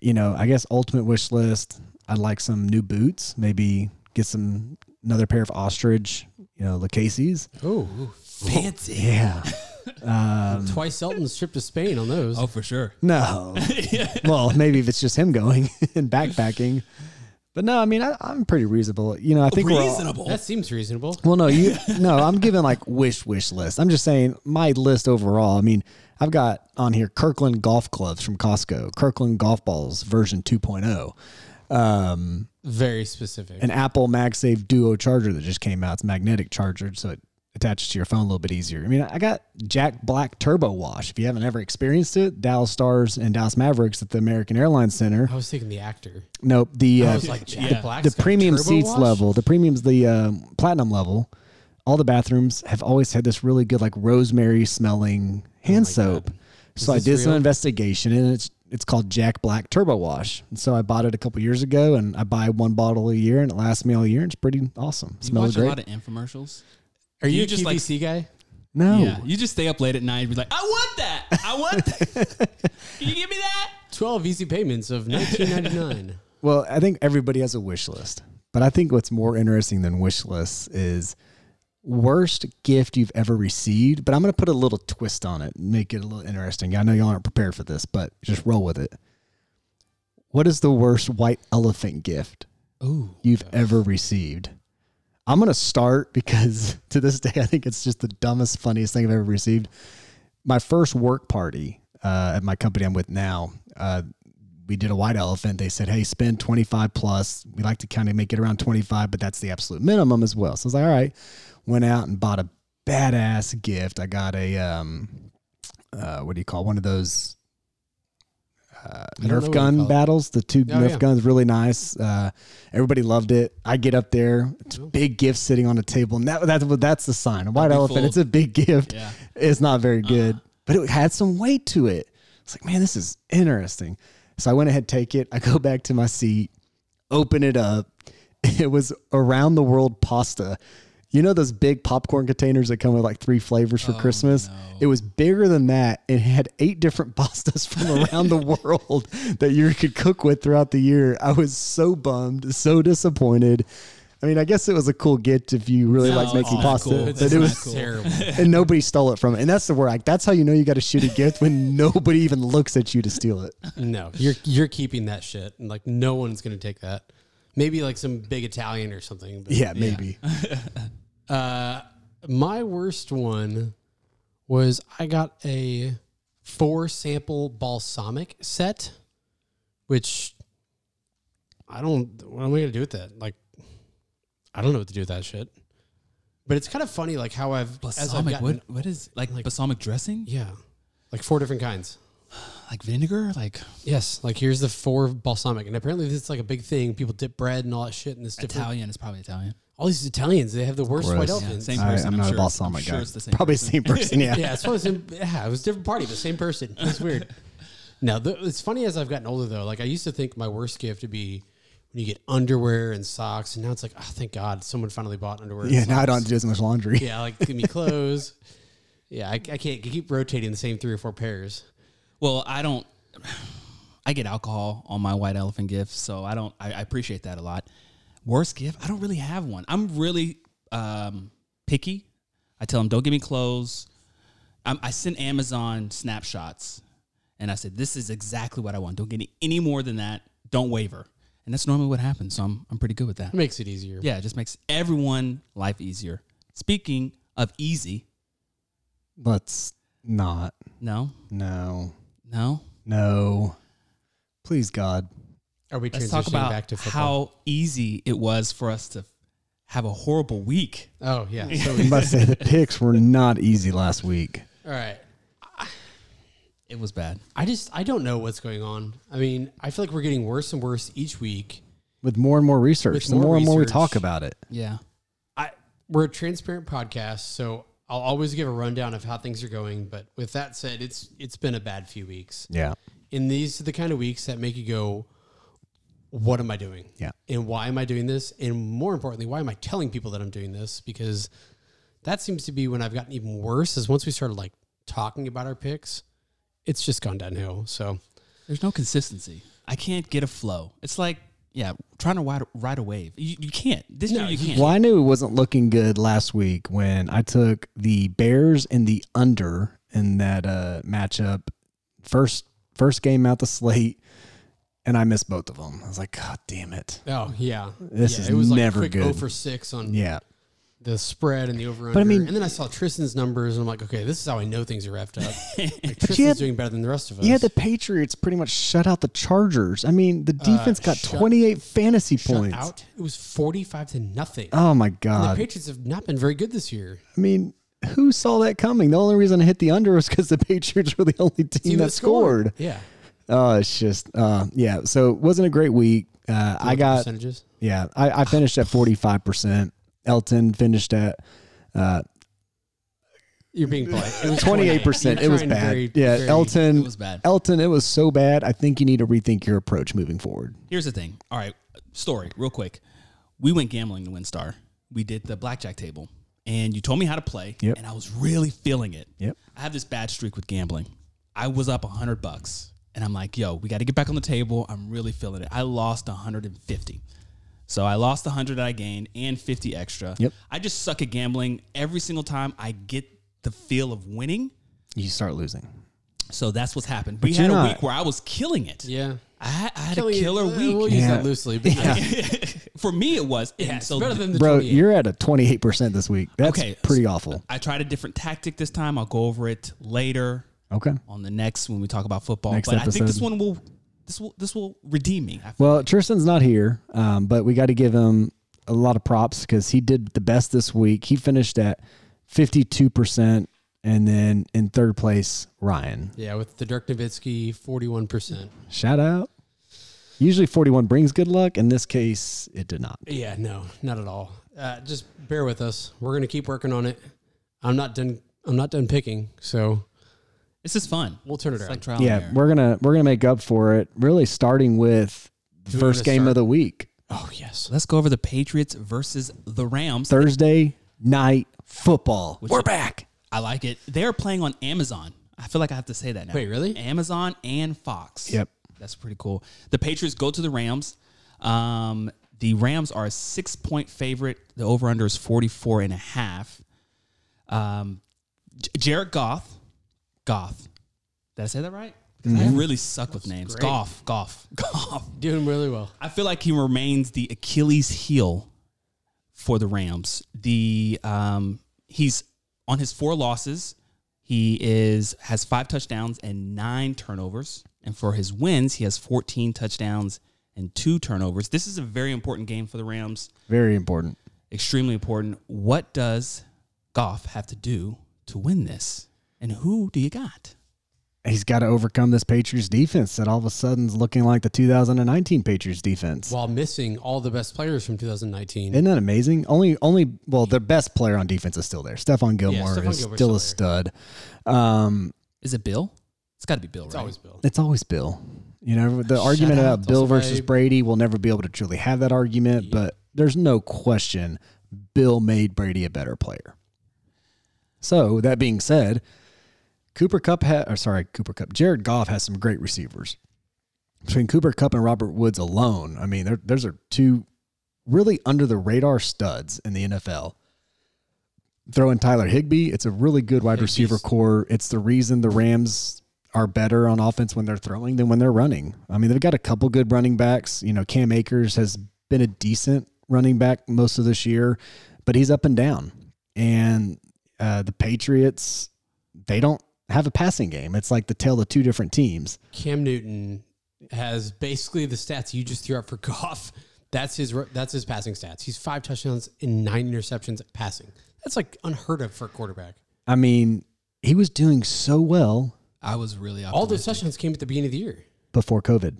S3: you know, I guess ultimate wish list. I'd like some new boots. Maybe get some another pair of ostrich. You know, Lacases.
S1: Oh,
S2: fancy.
S3: Yeah. Um,
S1: twice Elton's trip to Spain on those.
S2: Oh, for sure.
S3: No. Well, maybe if it's just him going and backpacking. But no, I mean, I, I'm pretty reasonable. You know, I think we're all-
S2: Reasonable.
S1: That seems reasonable.
S3: Well, no, you no. I'm giving like wish wish list. I'm just saying my list overall. I mean, I've got on here Kirkland golf clubs from Costco, Kirkland golf balls version 2.0, um,
S1: Very specific.
S3: an Apple MagSafe Duo charger that just came out. It's a magnetic charger, so it attaches to your phone a little bit easier. I mean, I got Jack Black Turbo Wash. If you haven't ever experienced it, Dallas Stars and Dallas Mavericks at the American Airlines Center.
S1: I was thinking the actor.
S3: Nope, the
S1: I
S3: uh,
S1: was like, Jack
S2: yeah.
S1: Black's
S3: the
S1: got
S3: premium
S1: turbo
S3: seats
S1: wash?
S3: level, the premiums, the um, platinum level, all the bathrooms have always had this really good like rosemary smelling hand soap. So I
S1: this
S3: did some
S1: real?
S3: investigation, and it's it's called Jack Black Turbo Wash. And so I bought it a couple years ago, and I buy one bottle a year, and it lasts me all year. And it's pretty awesome.
S2: you watch
S3: Smells
S2: a
S3: great.
S2: lot of infomercials.
S1: Are you,
S2: You
S1: a
S2: just, like-
S1: QVC guy?
S3: no,
S2: Yeah, you just stay up late at night and be like, "I want that. I want that. Can you give me that?"
S1: Twelve easy payments of nineteen ninety nine.
S3: Well, I think everybody has a wish list, but I think what's more interesting than wish lists is worst gift you've ever received. But I'm going to put a little twist on it, and make it a little interesting. I know y'all aren't prepared for this, but just roll with it. What is the worst white elephant gift
S2: Ooh,
S3: you've ever received? I'm going to start because to this day, I think it's just the dumbest, funniest thing I've ever received. My first work party uh, at my company I'm with now, uh, we did a white elephant. They said, hey, spend 25 plus. We like to kind of make it around 25, but that's the absolute minimum as well. So I was like, all right. Went out and bought a badass gift. I got a, um, uh, what do you call it? one of those uh,
S1: don't know what
S3: Nerf
S1: you
S3: gun
S1: call it.
S3: battles? The two
S1: Oh,
S3: Nerf
S1: yeah.
S3: guns, really nice. Uh, everybody loved it. I get up there, it's a big gift sitting on a table. And that, that, that's the sign. A white
S2: be
S3: elephant,
S2: full.
S3: it's a big gift.
S2: Yeah.
S3: It's not
S1: Uh-huh.
S3: very good, but it had some weight to it. It's like, man, this is interesting. So I went ahead, take it. I go back to my seat, open it up. It was around the world pasta. You know those big popcorn containers that come with like three flavors for Christmas? It was bigger than that and it had eight different pastas from around the world that you could cook with throughout the year. I was so bummed, so disappointed. I mean, I guess it was a cool gift if you really
S2: No,
S3: like making
S2: it's not
S3: pasta,
S2: cool.
S3: but
S2: It's
S3: it
S2: not
S3: was
S2: cool.
S1: Terrible.
S3: and nobody stole it from it. And that's the word. Like, that's how you know you got to shoot a gift when nobody even looks at you to steal it.
S1: No, you're you're keeping that shit, and like no one's gonna take that. Maybe like some big Italian or something. But
S3: Yeah, maybe.
S1: My worst one was I got a four sample balsamic set, which I don't. What am I gonna do with that? Like, I don't know what to do with that shit. But it's kind of funny, like how I've as I've
S2: balsamic.
S1: gotten,
S2: what? What is like, balsamic dressing?
S1: yeah, like four different kinds.
S2: Like vinegar? Like
S1: Yes, like here's the four balsamic, and apparently this is like a big thing. People dip bread and all that shit in this different.
S2: Italian is probably Italian.
S1: all these Italians, they have the worst
S3: Gross.
S1: white
S3: Yeah,
S1: elephants. Yeah,
S2: same
S3: All right,
S2: person.
S3: I'm not
S2: sure
S3: a
S2: it's-
S3: balsamic
S2: I'm
S3: guy.
S2: Sure it's the same
S3: Probably
S2: person.
S3: same person. Yeah.
S1: it's probably same, yeah, it was a different party, but same person. It's weird. now, th- it's funny as I've gotten older though. Like I used to think my worst gift would be when you get underwear and socks, and now it's like, oh, thank God, someone finally bought underwear. and
S3: Yeah. Now I
S1: socks.
S3: don't have to do as much laundry.
S1: Yeah, like give me clothes. yeah, I, I can't keep rotating the same three or four pairs.
S2: Well, I don't. I get alcohol on my white elephant gift, so I don't. I, I appreciate that a lot. Worst gift? I don't really have one. I'm really um, picky. I tell them, don't give me clothes. i I send Amazon snapshots, and I said, this is exactly what I want. Don't get me any more than that. Don't waver. And that's normally what happens. So I'm, I'm pretty good with that.
S1: It makes it easier.
S2: Yeah, it just makes everyone life easier. Speaking of easy,
S3: Let's not.
S2: no,
S3: No.
S2: no.
S3: No. Please, God.
S1: Are we
S2: Let's
S1: transitioning
S2: talk about
S1: back to football?
S2: how easy it was for us to have a horrible week.
S1: oh yeah. So,
S3: I must say, the picks were not easy last week.
S1: all right.
S2: It was bad.
S1: I just I don't know what's going on. I mean, I feel like we're getting worse and worse each week.
S3: With more and more research,
S1: With
S3: the
S1: more
S3: more and more we
S1: research.
S3: talk about it.
S2: Yeah.
S1: I we're a transparent podcast, so I'll always give a rundown of how things are going. But with that said, it's it's been a bad few weeks.
S3: Yeah.
S1: And these are the kind of weeks that make you go, what am I doing?
S3: Yeah.
S1: And why am I doing this? And more importantly, why am I telling people that I'm doing this? Because that seems to be when I've gotten even worse is once we started like talking about our picks, it's just gone downhill. So
S2: There's no consistency. I can't get a flow. It's like, yeah, trying to ride, ride a wave. You, you can't. This
S1: No,
S2: year you
S1: you
S2: can't.
S3: Well, I knew it wasn't looking good last week when I took the Bears and the under in that uh, matchup. First first game out the slate, and I missed both of them. I was like, God damn it.
S1: oh yeah.
S3: This
S1: yeah,
S3: is
S1: it was
S3: never
S1: like a quick
S3: good.
S1: 0 for six on
S3: Yeah.
S1: the spread and the over under.
S3: But I mean-
S1: and then I saw Tristan's numbers and I'm like, okay, this is how I know things are wrapped up. like Tristan's
S3: had-
S1: doing better than the rest of us.
S3: Yeah, the Patriots pretty much shut out the Chargers. I mean, the defense got
S1: Uh, shut-
S3: 28 fantasy
S1: Shut
S3: points.
S1: out. It was forty five to nothing.
S3: Oh my
S1: And
S3: god!
S1: the Patriots have not been very good this year.
S3: I mean, who saw that coming? The only reason I hit the under was because the Patriots were the only team,
S1: Team
S3: that scored.
S1: Yeah.
S3: Oh, it's just uh, yeah. So it wasn't a great week. Uh, I got
S1: percentages.
S3: yeah. I, I finished at 45 percent. Elton finished at
S1: You're being polite. It was
S3: 28 percent.
S1: You're
S3: It was
S1: trying
S3: bad.
S1: very-
S3: yeah,
S1: very-
S3: Elton.
S2: it was bad.
S3: Elton, it was so bad. I think you need to rethink your approach moving forward.
S2: Here's the thing. All right, story real quick. We went gambling to WinStar. We did the blackjack table, and you told me how to play,
S3: Yep.
S2: and I was really feeling it.
S3: Yep.
S2: I have this bad streak with gambling. I was up hundred bucks, and I'm like, "Yo, we got to get back on the table." I'm really feeling it. I lost 150, so I lost 100 that I gained and 50 extra.
S3: Yep.
S2: I just suck at gambling. Every single time I get the feel of winning,
S3: You start losing.
S2: so that's what's happened. we
S3: you're
S2: had a
S3: not-
S2: week where I was killing it.
S1: Yeah.
S2: I, had- I had
S1: Kelly,
S2: a killer
S1: uh,
S2: week.
S1: We'll use
S3: Yeah.
S1: that loosely, but yeah.
S2: For me, it was. And
S1: it's
S2: so
S1: better than the
S3: Bro,
S1: 28.
S3: you're at a 28% this week. That's
S2: Okay.
S3: pretty awful.
S2: I tried a different tactic this time. I'll go over it later
S3: Okay.
S2: on the next when we talk about football.
S3: Next
S2: but I think this
S3: episode.
S2: one will this will this will redeem me. I feel-
S3: Well, Tristan's not here, um, but we got to give him a lot of props because he did the best this week. He finished at 52%, and then in third place, Ryan.
S1: yeah, with the Dirk Nowitzki, 41%.
S3: Shout out. Usually 41 brings good luck. In this case, it did not.
S1: Yeah, no, not at all. Uh, just bear with us. We're going to keep working on it. I'm not done. I'm not done picking, so
S2: this is fun.
S1: we'll turn it
S2: It's
S1: around.
S2: like trial
S3: yeah,
S2: and error.
S3: we're gonna we're gonna make up for it. Really, starting with the
S1: we
S3: first
S1: wanna
S3: game
S1: start?
S3: of the week,
S1: oh yes,
S2: Let's go over the Patriots versus the Rams.
S3: Thursday night football.
S2: Which-
S3: we're back.
S2: I like it. They are playing on Amazon. I feel like I have to say that now.
S1: Wait, really?
S2: Amazon and Fox.
S3: Yep.
S2: That's pretty cool. The Patriots go to the Rams. Um, the Rams are a six point favorite. The over under is 44 and a half. Um, J- Jared Goff. Goff. Did I say that right? Because I really suck with names.
S1: great.
S2: Goff, Goff, Goff.
S1: doing really well.
S2: I feel like he remains the Achilles heel for the Rams. The um, he's on his four losses. He is has five touchdowns and nine turnovers, and for his wins, he has fourteen touchdowns and two turnovers. This is a very important game for the Rams.
S3: Very important.
S2: Extremely important. What does Goff have to do to win this? And who do you got?
S3: He's got to overcome this Patriots defense that all of a sudden is looking like the 2019 Patriots defense.
S1: While missing all the best players from 2019,
S3: Isn't that amazing? Only, only, well, their best player on defense is still there. Stephon Gilmore
S1: Stephon
S3: is
S1: Gilmore's
S3: still
S1: still
S3: a stud. Um,
S2: Is it Bill? It's got to be Bill,
S1: it's
S2: right?
S1: always Bill.
S3: it's always Bill. You know, the argument
S1: out.
S3: about
S1: It's
S3: Bill
S1: also
S3: versus
S1: Babe.
S3: Brady, we'll never be able to truly have that argument, but there's no question Bill made Brady a better player. So, that being said, Cooper Cup, ha- or sorry, Cooper Cup, Jared Goff has some great receivers. Between Cooper Cup and Robert Woods alone, I mean, there- those are two really under the radar studs in the NFL. Throw in Tyler Higbee. It's a really good wide receiver core. It's the reason the Rams are better on offense when they're throwing than when they're running. I mean, they've got a couple good running backs. You know, Cam Akers has been a decent running back most of this year, but he's up and down. And uh, the Patriots, they don't have a passing game. It's like the tale of two different teams.
S1: Cam Newton has basically the stats you just threw out for Goff. That's his that's his passing stats. He's five touchdowns and nine interceptions passing. That's like unheard of for a quarterback.
S3: I mean, he was doing so well
S2: I was really
S1: All those touchdowns came at the beginning of the year.
S3: before COVID.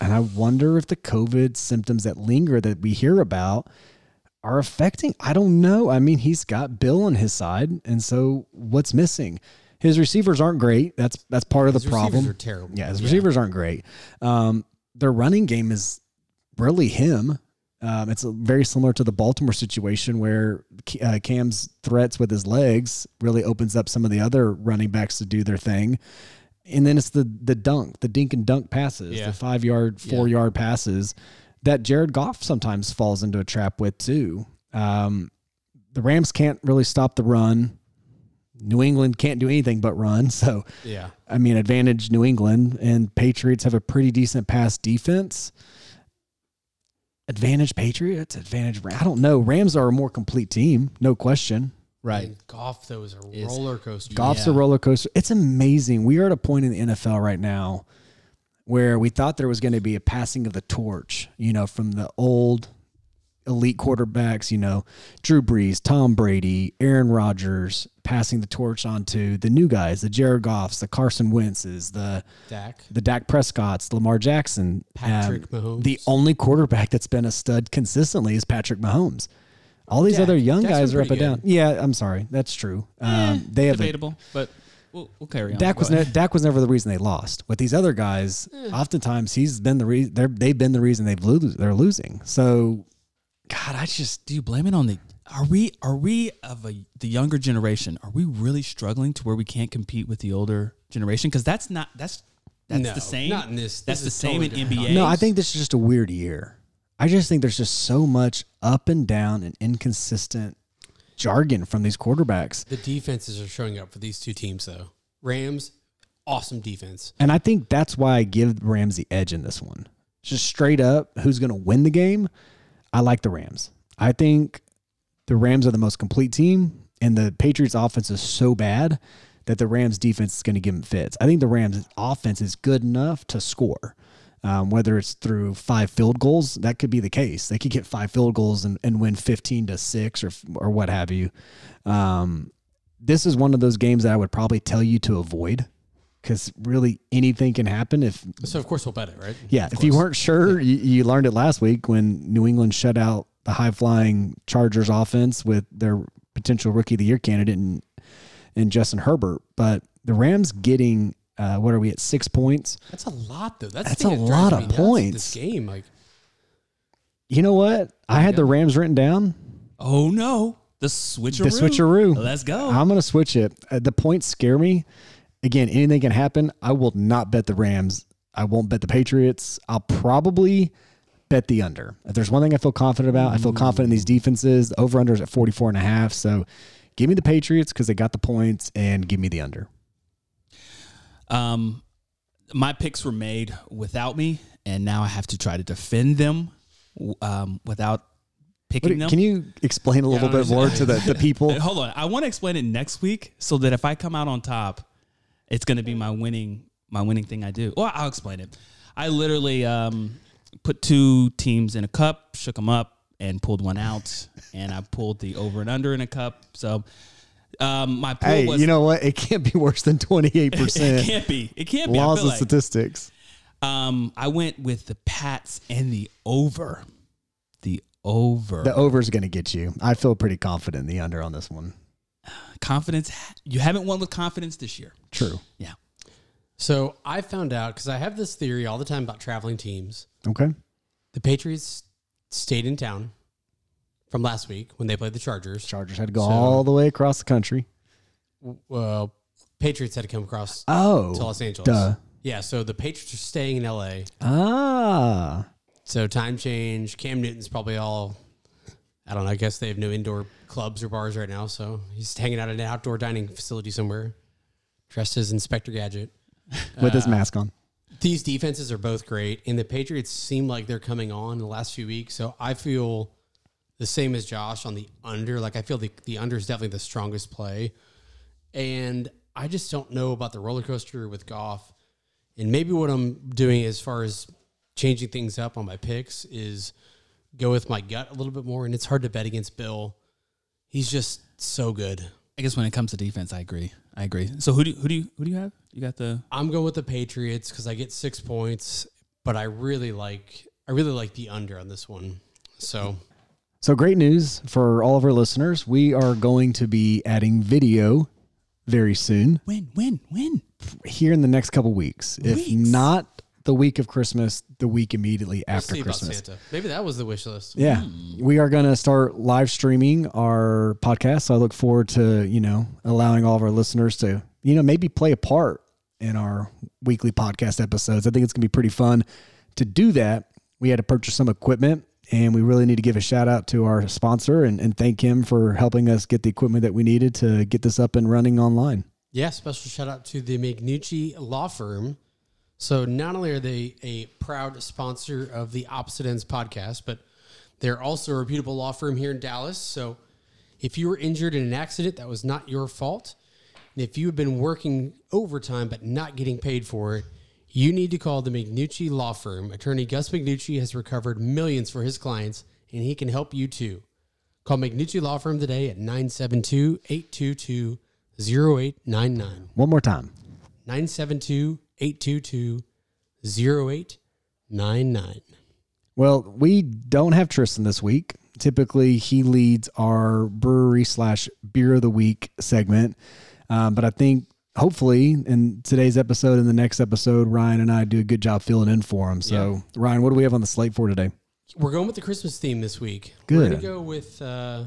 S3: And I wonder if the COVID symptoms that linger that we hear about are affecting. I don't know. I mean, he's got Bill on his side, and so what's missing? His receivers aren't great. That's that's part of
S1: His
S3: the
S1: receivers
S3: problem.
S1: are terrible.
S3: Yeah, his receivers aren't great. Um, their running game is really him. Um, it's very similar to the Baltimore situation where K- uh, Cam's threats with his legs really opens up some of the other running backs to do their thing. And then it's the the dunk, the dink and dunk passes,
S1: Yeah.
S3: the five yard, four yard passes that Jared Goff sometimes falls into a trap with too. Um, the Rams can't really stop the run. New England can't do anything but run. So
S1: Yeah.
S3: I mean, advantage New England and Patriots have a pretty decent pass defense. Advantage Patriots, advantage. Ra- I don't know. Rams are a more complete team, no question.
S2: Right.
S1: And golf though is a roller coaster.
S3: Golf's a
S2: Yeah.
S3: roller coaster. It's amazing. We are at a point in the NFL right now where we thought there was going to be a passing of the torch, you know, from the old elite quarterbacks, you know, Drew Brees, Tom Brady, Aaron Rodgers, passing the torch on to the new guys, the Jared Goffs, the Carson Wentz's, the
S1: Dak.
S3: the Dak Prescott's, Lamar Jackson, um,
S1: Patrick Mahomes.
S3: The only quarterback that's been a stud consistently is Patrick Mahomes. All these other young
S1: Dak's
S3: guys
S1: been
S3: are up and
S1: pretty Eh,
S3: down. Yeah, I'm sorry, that's true. Um, they have a,
S2: Debatable, but we'll, we'll carry on.
S3: Dak
S2: Go
S3: was
S2: ahead.
S3: ne- Dak was never the reason they lost. With these other guys,
S1: Eh.
S3: oftentimes he's been the reason they've been the reason they've lose they're losing. So, God, I just
S2: do you blame it on the are we are we of a the younger generation are we really struggling to where we can't compete with the older generation because that's not that's that's
S1: No,
S2: the same
S1: not in this. This
S2: that's the
S1: is
S2: same
S1: totally
S2: in
S1: different.
S2: nba
S3: No, I think this is just a weird year. I just think there's just so much up and down and inconsistent jargon from these quarterbacks.
S1: The defenses are showing up for these two teams though. Rams, awesome defense.
S3: And I think that's why I give the Rams the edge in this one. Just straight up, who's going to win the game? I like the Rams. I think the Rams are the most complete team, and the Patriots' offense is so bad that the Rams' defense is going to give them fits. I think the Rams' offense is good enough to score, um, whether it's through five field goals. That could be the case. They could get five field goals and, and win fifteen to six or or what have you. Um, this is one of those games that I would probably tell you to avoid because really anything can happen if
S1: So of course we'll bet it, right?
S3: yeah, if you weren't sure, you, you learned it last week when New England shut out the high flying Chargers offense with their potential rookie of the year candidate and, and Justin Herbert. But the Rams getting, uh, what are we at, six points?
S1: That's a lot though. That's,
S3: That's
S1: the
S3: a
S1: thing that drives
S3: lot
S1: me
S3: of
S1: nuts with
S3: points.
S1: This game, like
S3: You know what? I had the Rams written down.
S2: oh no the switcheroo
S3: The switcheroo.
S2: let's go
S3: I'm going to switch it. Uh, the points scare me. Again, anything can happen. I will not bet the Rams. I won't bet the Patriots. I'll probably bet the under. If there's one thing I feel confident about, I feel
S2: Mm.
S3: confident in these defenses. The over under is at 44 and a half. So give me the Patriots because they got the points and give me the under.
S2: um my picks were made without me and now i have to try to defend them w- um without
S3: What,
S2: picking them
S3: can you explain a little bit more to the, the people?
S2: Uh, Hold on. I want to explain it next week so that if I come out on top, it's going to be my winning my winning thing I do. Well, I'll explain it. I literally um, put two teams in a cup, shook them up, and pulled one out, and I pulled the over and under in a cup. So um, my pool
S3: Hey,
S2: was.
S3: you know what? It can't be worse than
S2: it
S3: 28%
S2: can't be. It can't be. I
S3: laws
S2: feel
S3: of
S2: like.
S3: statistics.
S2: Um, I went with the Pats and the over. The over.
S3: The over is going to get you. I feel pretty confident in the under on this one.
S2: confidence. You haven't won with confidence this year.
S3: True.
S2: Yeah.
S1: so I found out because I have this theory all the time about traveling teams.
S3: Okay.
S1: The Patriots stayed in town from last week when they played the Chargers.
S3: Chargers had to go all the way across the country.
S1: Well, Patriots had to come across
S3: Oh,
S1: to Los Angeles.
S3: Duh.
S1: Yeah, so the Patriots are staying in LA.
S3: Ah,
S1: So time change. Cam Newton's probably all. I don't know. I guess they have no indoor clubs or bars right now, so he's hanging out at an outdoor dining facility somewhere, dressed as Inspector Gadget. Uh.
S3: with his mask on.
S1: These defenses are both great, and the Patriots seem like they're coming on in the last few weeks. So I feel the same as Josh on the under. Like I feel the the under is definitely the strongest play, and I just don't know about the roller coaster with golf. And maybe what I'm doing as far as changing things up on my picks is go with my gut a little bit more. And it's hard to bet against Bill. He's just so good.
S2: I guess when it comes to defense, I agree. I agree. So who do who do you who do you have? You got the
S1: I'm going with the Patriots because I get six points, but I really like I really like the under on this one. So
S3: So, great news for all of our listeners. We are going to be adding video very soon
S2: win, win, win.
S3: here in the next couple weeks. If
S2: Weeks.
S3: not the week of Christmas, the week immediately after
S1: See about
S3: Christmas.
S1: Santa. Maybe that was the wish list.
S3: Yeah. Hmm. We are going to start live streaming our podcast. So I look forward to, you know, allowing all of our listeners to, you know, maybe play a part in our weekly podcast episodes. I think it's going to be pretty fun to do that. We had to purchase some equipment and we really need to give a shout out to our sponsor and, and thank him for helping us get the equipment that we needed to get this up and running online.
S1: Yeah, special shout out to the Magnucci Law Firm. So not only are they a proud sponsor of the Opposite Ends podcast, but they're also a reputable law firm here in Dallas. So if you were injured in an accident that was not your fault, and if you have been working overtime but not getting paid for it, you need to call the Magnucci Law Firm. Attorney Gus Magnucci has recovered millions for his clients, and he can help you too. Call McNucci Law Firm today at 972 822 0899.
S3: One more time.
S1: 972 822 0899.
S3: Well, we don't have Tristan this week. Typically, he leads our brewery slash beer of the week segment. Um, but I think hopefully in today's episode and the next episode, Ryan and I do a good job filling in for him. So, Ryan, what do we have on the slate for today?
S1: We're going with the Christmas theme this week. We're
S3: Good.
S1: going to go with uh,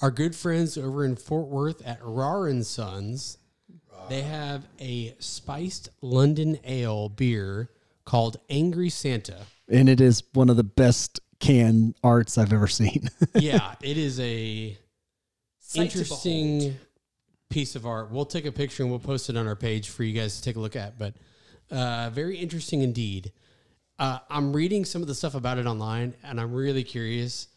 S1: our good friends over in Fort Worth at Rar and Sons. They have a spiced London ale beer called Angry Santa.
S3: And it is one of the best can arts I've ever seen.
S1: yeah, it is a interesting piece of art. We'll take a picture and we'll post it on our page for you guys to take a look at. But uh, very interesting indeed. Uh, I'm reading some of the stuff about it online, and I'm really curious.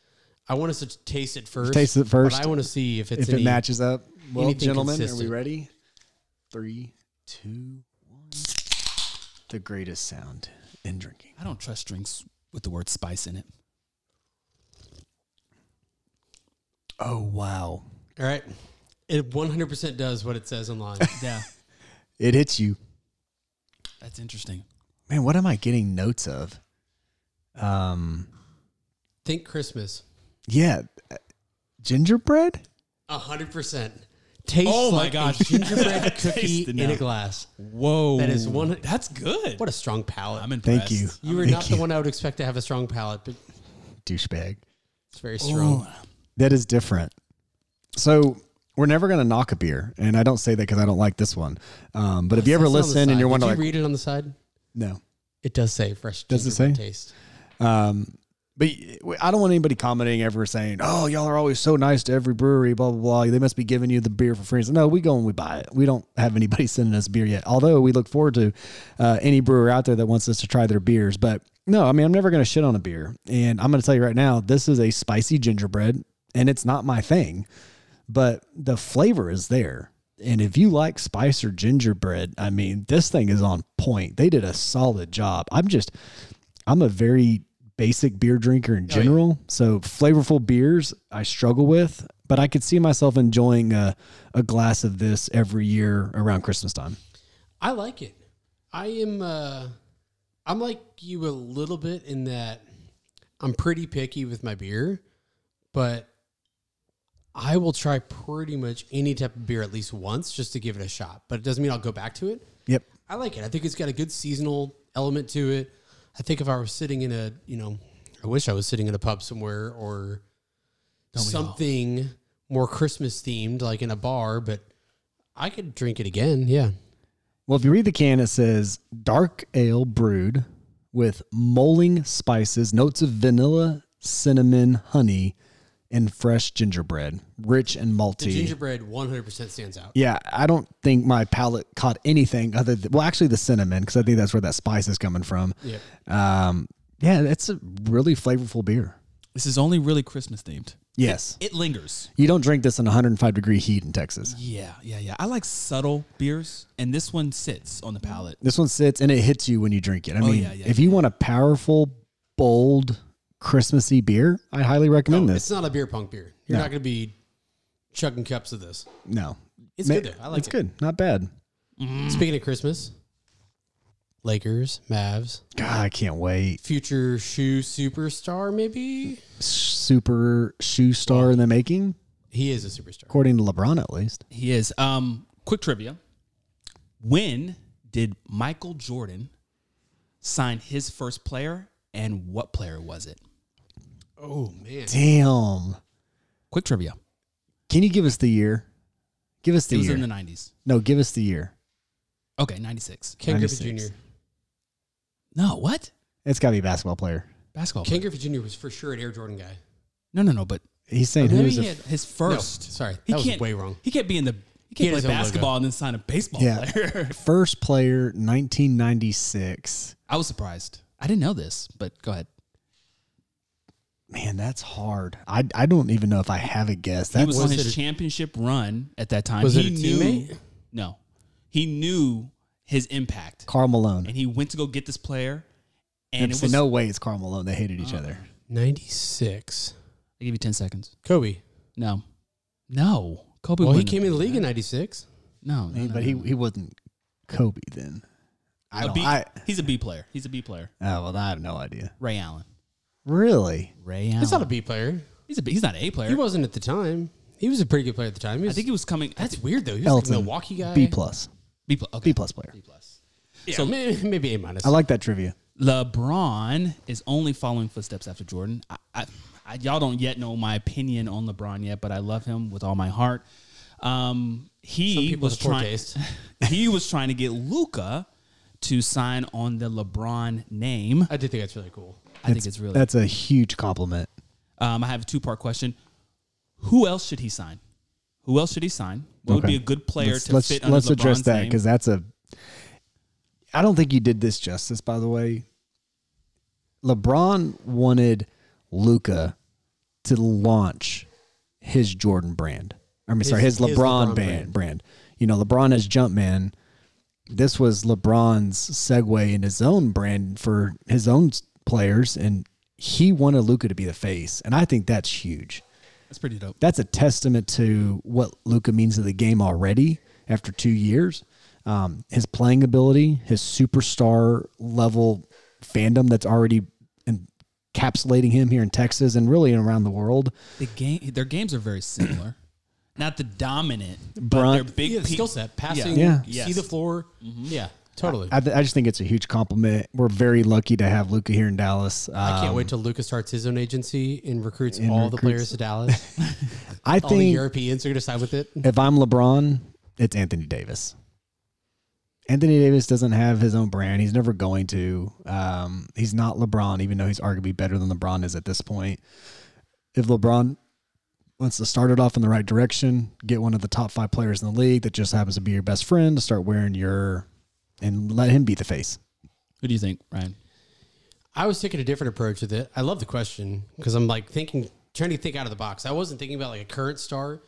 S1: I want us to taste it first.
S3: Taste it first.
S1: But I want to see if it's
S3: if
S1: any,
S3: it matches up. Well,
S1: anything
S3: gentlemen, are
S1: consistent.
S3: we ready? Three, two, one. The greatest sound in drinking.
S2: I don't trust drinks with the word spice in it.
S3: Oh, wow.
S1: All right, it 100% does what it says online.
S2: Yeah,
S3: It hits you.
S2: that's interesting.
S3: Man, what am I getting notes of? Um,
S1: Think Christmas,
S3: yeah, uh, gingerbread.
S1: 100%. Tastes
S2: Oh my
S1: like a
S2: gosh.
S1: gingerbread cookie
S2: Tasted
S1: in
S2: now.
S1: a glass.
S2: Whoa,
S1: That is one-
S2: That's good.
S1: What a strong palate.
S2: I'm impressed.
S3: Thank you.
S1: You were
S3: Thank
S1: not the one I would expect to have a strong palate, but
S3: douchebag.
S1: it's very strong.
S3: That is different. So we're never gonna knock a beer, and I don't say that because I don't like this one. Um, but if you ever
S1: It's on the
S3: listen
S1: side.
S3: and you're
S1: Did
S3: wondering,
S1: you
S3: like,
S1: read it on the side?
S3: no,
S1: It does say fresh.
S3: Does it
S1: gingerbread
S3: say?
S1: taste?
S3: Um, but y- I don't want anybody commenting ever saying, "Oh, y'all are always so nice to every brewery." Blah blah blah. They must be giving you the beer for free. It's like, No, we go and we buy it. We don't have anybody sending us beer yet. Although we look forward to uh, any brewer out there that wants us to try their beers. But no, I mean, I'm never going to shit on a beer. And I'm going to tell you right now, this is a spicy gingerbread, and it's not my thing. But the flavor is there. And if you like spice or gingerbread, I mean, this thing is on point. They did a solid job. I'm just, I'm a very basic beer drinker in general. So flavorful beers I struggle with, but I could see myself enjoying a, a glass of this every year around Christmas time.
S1: I like it. I am. Uh, I'm like you a little bit in that I'm pretty picky with my beer, but I will try pretty much any type of beer at least once just to give it a shot. But it doesn't mean I'll go back to it.
S3: Yep.
S1: I like it. I think it's got a good seasonal element to it. I think if I were sitting in a, you know, I wish I was sitting in a pub somewhere or something more Christmas themed, like in a bar, but I could drink it again. Yeah.
S3: Well, if you read the can, it says dark ale brewed with molding spices, notes of vanilla, cinnamon, honey, and fresh gingerbread, rich and malty.
S1: The gingerbread 100% stands out.
S3: Yeah, I don't think my palate caught anything other than well, actually the cinnamon because I think that's where that spice is coming from.
S1: Yep.
S3: Um, yeah, that's a really flavorful beer.
S2: This is only really Christmas themed.
S3: Yes,
S2: It lingers.
S3: you don't drink this in 105 degree heat in Texas.
S2: Yeah, yeah, yeah. I like subtle beers, and this one sits on the palate.
S3: This one sits and it hits you when you drink it. I mean,
S2: Oh, yeah, yeah,
S3: if you want a powerful, bold, Christmassy beer, I highly recommend
S1: It's
S3: this.
S1: not a beer punk beer. You're not going to be chugging cups of this.
S3: No,
S1: It's
S3: Ma-
S1: good though. I like
S3: it's
S1: it.
S3: good, not bad.
S1: Speaking of Christmas, Lakers, Mavs,
S3: God, I can't wait.
S1: future shoe superstar, maybe?
S3: Super shoe star in the making,
S1: He is a superstar.
S3: according to LeBron at least.
S2: He is. Um, quick trivia: When did Michael Jordan sign his first player, and what player was it?
S1: Oh man,
S3: Damn.
S2: Quick trivia.
S3: Can you give us the year? Give us the
S2: It was
S3: year.
S2: in the 90s.
S3: no, give us the year.
S2: Okay, 96.
S1: Ken Griffey
S3: 96.
S1: Jr.
S2: No, what?
S3: It's got to be a basketball player.
S2: Basketball.
S1: Ken
S2: player.
S1: Griffey Jr. was for sure an Air Jordan guy.
S2: No, no, no, but
S3: He's saying
S2: maybe
S3: who's
S2: Oh, he
S3: a
S2: had his first.
S1: No, sorry,
S2: He
S1: that was
S2: can't-
S1: way wrong.
S2: He can't be in the. He
S1: had
S2: can't
S1: his
S2: play
S1: own logo.
S2: basketball and then sign a baseball
S3: Yeah.
S2: player.
S3: first player 1996.
S2: I was surprised. I didn't know this, but go ahead.
S3: Man, that's hard. I, I don't even know if I have a guess.
S2: He
S3: That
S2: was,
S3: was
S2: on
S1: it
S2: his
S1: a-
S2: championship run at that time.
S1: Was
S2: he
S1: it a
S2: knew,
S1: teammate?
S2: No, he knew his impact,
S3: Carl Malone.
S2: and he went to go get this player. And
S3: And
S2: it
S3: so
S2: was Oh.
S3: no way it's Carl Malone. They hated each other.
S1: Ninety six.
S2: I give you ten seconds.
S1: Kobe.
S2: No, no. Kobe.
S1: Well, he
S2: wouldn't
S1: came
S2: have
S1: in the
S2: done
S1: league in
S2: that.
S1: ninety six.
S2: No, no,
S3: Hey,
S2: no,
S3: but
S2: no,
S3: he,
S2: no.
S3: he wasn't Kobe then. I
S2: A
S3: don't.
S2: B-
S3: I,
S2: he's a B player. He's a B player.
S3: oh, well, I have no idea.
S2: Ray Allen.
S3: Really?
S2: Ray Allen.
S1: That's not a B player.
S2: He's a. B- He's not an A player.
S1: He wasn't at the time. He was a pretty good player at the time. He
S2: I
S1: was-
S2: think he was coming.
S1: that's weird though. He was
S3: Elton.
S1: like a Milwaukee guy.
S3: B plus.
S2: B plus. Okay.
S3: B plus player.
S2: B plus.
S1: Yeah,
S2: So-
S1: may- maybe, A minus.
S3: I like that trivia.
S2: LeBron is only following footsteps after Jordan. I, I, I, y'all don't yet know my opinion on LeBron yet, but I love him with all my heart.
S1: Some
S2: Um, he
S1: people
S2: was
S1: have poor
S2: trying.
S1: taste.
S2: he was trying to get Luca to sign on the LeBron name.
S1: I did think that's really cool.
S2: I think it's really.
S3: That's a huge compliment.
S2: Um, I have a two part question. Who else should he sign? Who else should he sign? What would
S3: Okay.
S2: be a good player
S3: let's,
S2: to
S3: let's,
S2: fit under
S3: let's address
S2: LeBron's
S3: that
S2: name?
S3: because that's a i don't think you did this justice by the way lebron wanted luca to launch his jordan brand i mean sorry
S1: His-
S3: his
S1: his
S3: lebron,
S1: LeBron
S3: band, brand.
S1: brand.
S3: you know lebron is jumpman this was lebron's segue in his own brand for his own s- players and he wanted luca to be the face and i think that's huge
S2: That's pretty dope.
S3: that's a testament to what Luca means to the game already after two years. Um, his playing ability, his superstar level fandom that's already encapsulating him here in Texas and really around the world.
S2: The game, their games are very similar. Not the dominant, but
S3: Bron-
S2: they're big
S1: Yeah, Mm-hmm. the
S2: pe-
S1: skill set, passing,
S3: Yeah.
S1: see
S2: Yes.
S1: the floor. Yeah, totally. I,
S3: I, th- I just think it's a huge compliment. We're very lucky to have Luca here in Dallas. Um, I
S1: can't wait till Lucas starts his own agency and recruits
S3: and
S1: all the players
S3: recruits-
S1: to Dallas. all the
S3: think
S1: Europeans are going to side with it.
S3: if I'm LeBron, it's Anthony Davis. Anthony Davis doesn't have his own brand. He's never going to. Um, he's not LeBron, even though he's arguably better than LeBron is at this point. If LeBron wants to start it off in the right direction, get one of the top five players in the league that just happens to be your best friend to start wearing your, and let him be the face.
S2: Who do you think, Ryan?
S1: I was taking a different approach with it. I love the question because I'm like thinking, trying to think out of the box. I wasn't thinking about like a current star.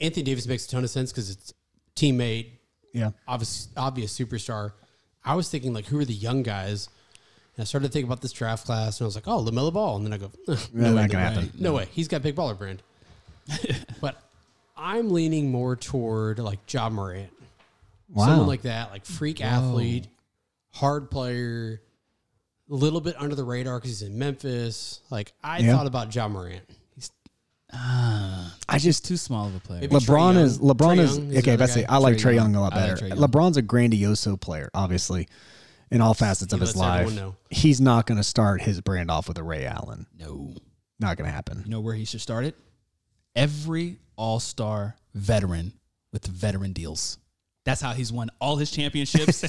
S1: Anthony Davis makes a ton of sense because it's teammate,
S3: Yeah.
S1: obvious, obvious superstar. I was thinking like, who are the young guys? And I started to think about this draft class, and I was like, oh, Lamelo Ball, and then I go, no way,
S3: not
S1: no
S3: gonna
S1: way.
S3: happen.
S1: No way, he's got big baller brand. but I'm leaning more toward like John Morant,
S3: Wow.
S1: someone like that, like freak athlete, hard player, a little bit under the radar because he's in Memphis. Like I
S3: Yeah.
S1: thought about John Morant.
S3: Uh, I just
S2: Too small of a player.
S1: Maybe-
S3: LeBron
S1: Trae
S3: is
S1: Young.
S3: LeBron
S1: Trae
S3: is
S1: Young is
S3: okay.
S1: the
S3: That's
S1: other
S3: it.
S1: guy.
S3: I like
S2: Trae
S3: Trey
S2: Young.
S3: Young a lot
S2: I like
S3: better.
S2: Trae Young.
S3: LeBron's a grandioso player, obviously, in all facets of
S1: He
S3: his
S1: lets everyone
S3: life.
S1: know.
S3: He's not going to start his brand off with a Ray Allen.
S2: No.
S3: Not going to happen.
S2: You know where he should start it? Every all star veteran with veteran deals. That's how he's won all his championships.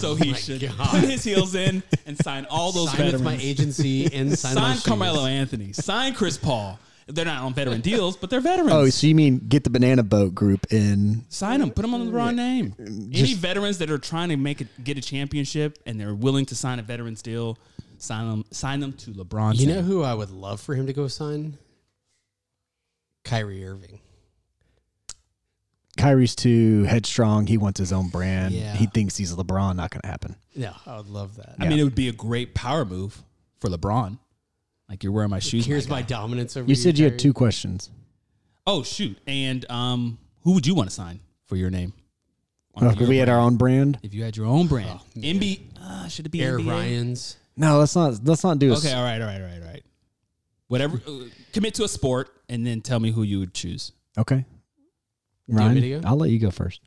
S2: so he should put his heels in and sign all those
S1: Sign with
S2: veterans.
S1: my agency and sign, my
S2: sign
S1: shoes.
S2: Carmelo Anthony. Sign Chris Paul. They're not on veteran deals, but they're veterans.
S3: Oh, so you mean get the banana boat group in?
S2: sign them. Put them on the LeBron name. Any veterans that are trying to make it, get a championship and they're willing to sign a veterans deal, sign them. Sign them to LeBron.
S1: You know who I would love for him to go sign? Kyrie Irving.
S3: Kyrie's too headstrong. He wants his own brand.
S1: Yeah.
S3: He thinks he's LeBron. Not going to happen.
S1: No, I would love that.
S2: I mean, it would be a great power move for LeBron. Like you're wearing my shoes.
S1: Here's
S2: my
S1: my
S2: guy.
S1: dominance over
S3: You said you had
S1: Kyrie.
S3: two questions.
S2: Oh shoot! And um, who would you want to sign for your name? On
S3: Oh,
S2: your
S3: if we had
S2: brand.
S3: our own brand.
S2: If you had your own brand, NBA. Uh, should it be
S1: Oh, Air
S2: NBA?
S1: Ryan's.
S3: No, let's not. Let's not do. A,
S2: Okay. All right. All right. All right. All right. Whatever. Uh, commit to a sport, and then tell me who you would choose.
S3: Okay.
S1: want me
S3: Ryan,
S1: to go?
S3: I'll let you go first.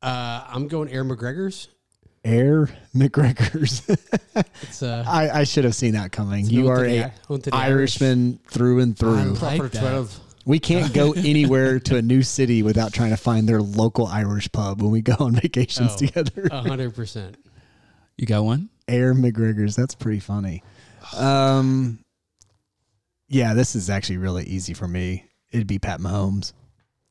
S1: Uh, I'm going Air McGregor's.
S3: Air McGregor's.
S1: It's uh,
S3: I, I should have seen that coming. You
S1: oath
S3: are
S1: to the-
S3: a
S1: oath to the
S3: Irishman through and through.
S2: like
S1: proper
S2: that.
S1: twelve.
S3: We can't go anywhere to a new city without trying to find their local Irish pub when we go on vacations together.
S1: A hundred percent.
S2: You got one?
S3: Air McGregor's. That's pretty funny. Um, yeah, this is actually really easy for me. It'd be Pat Mahomes.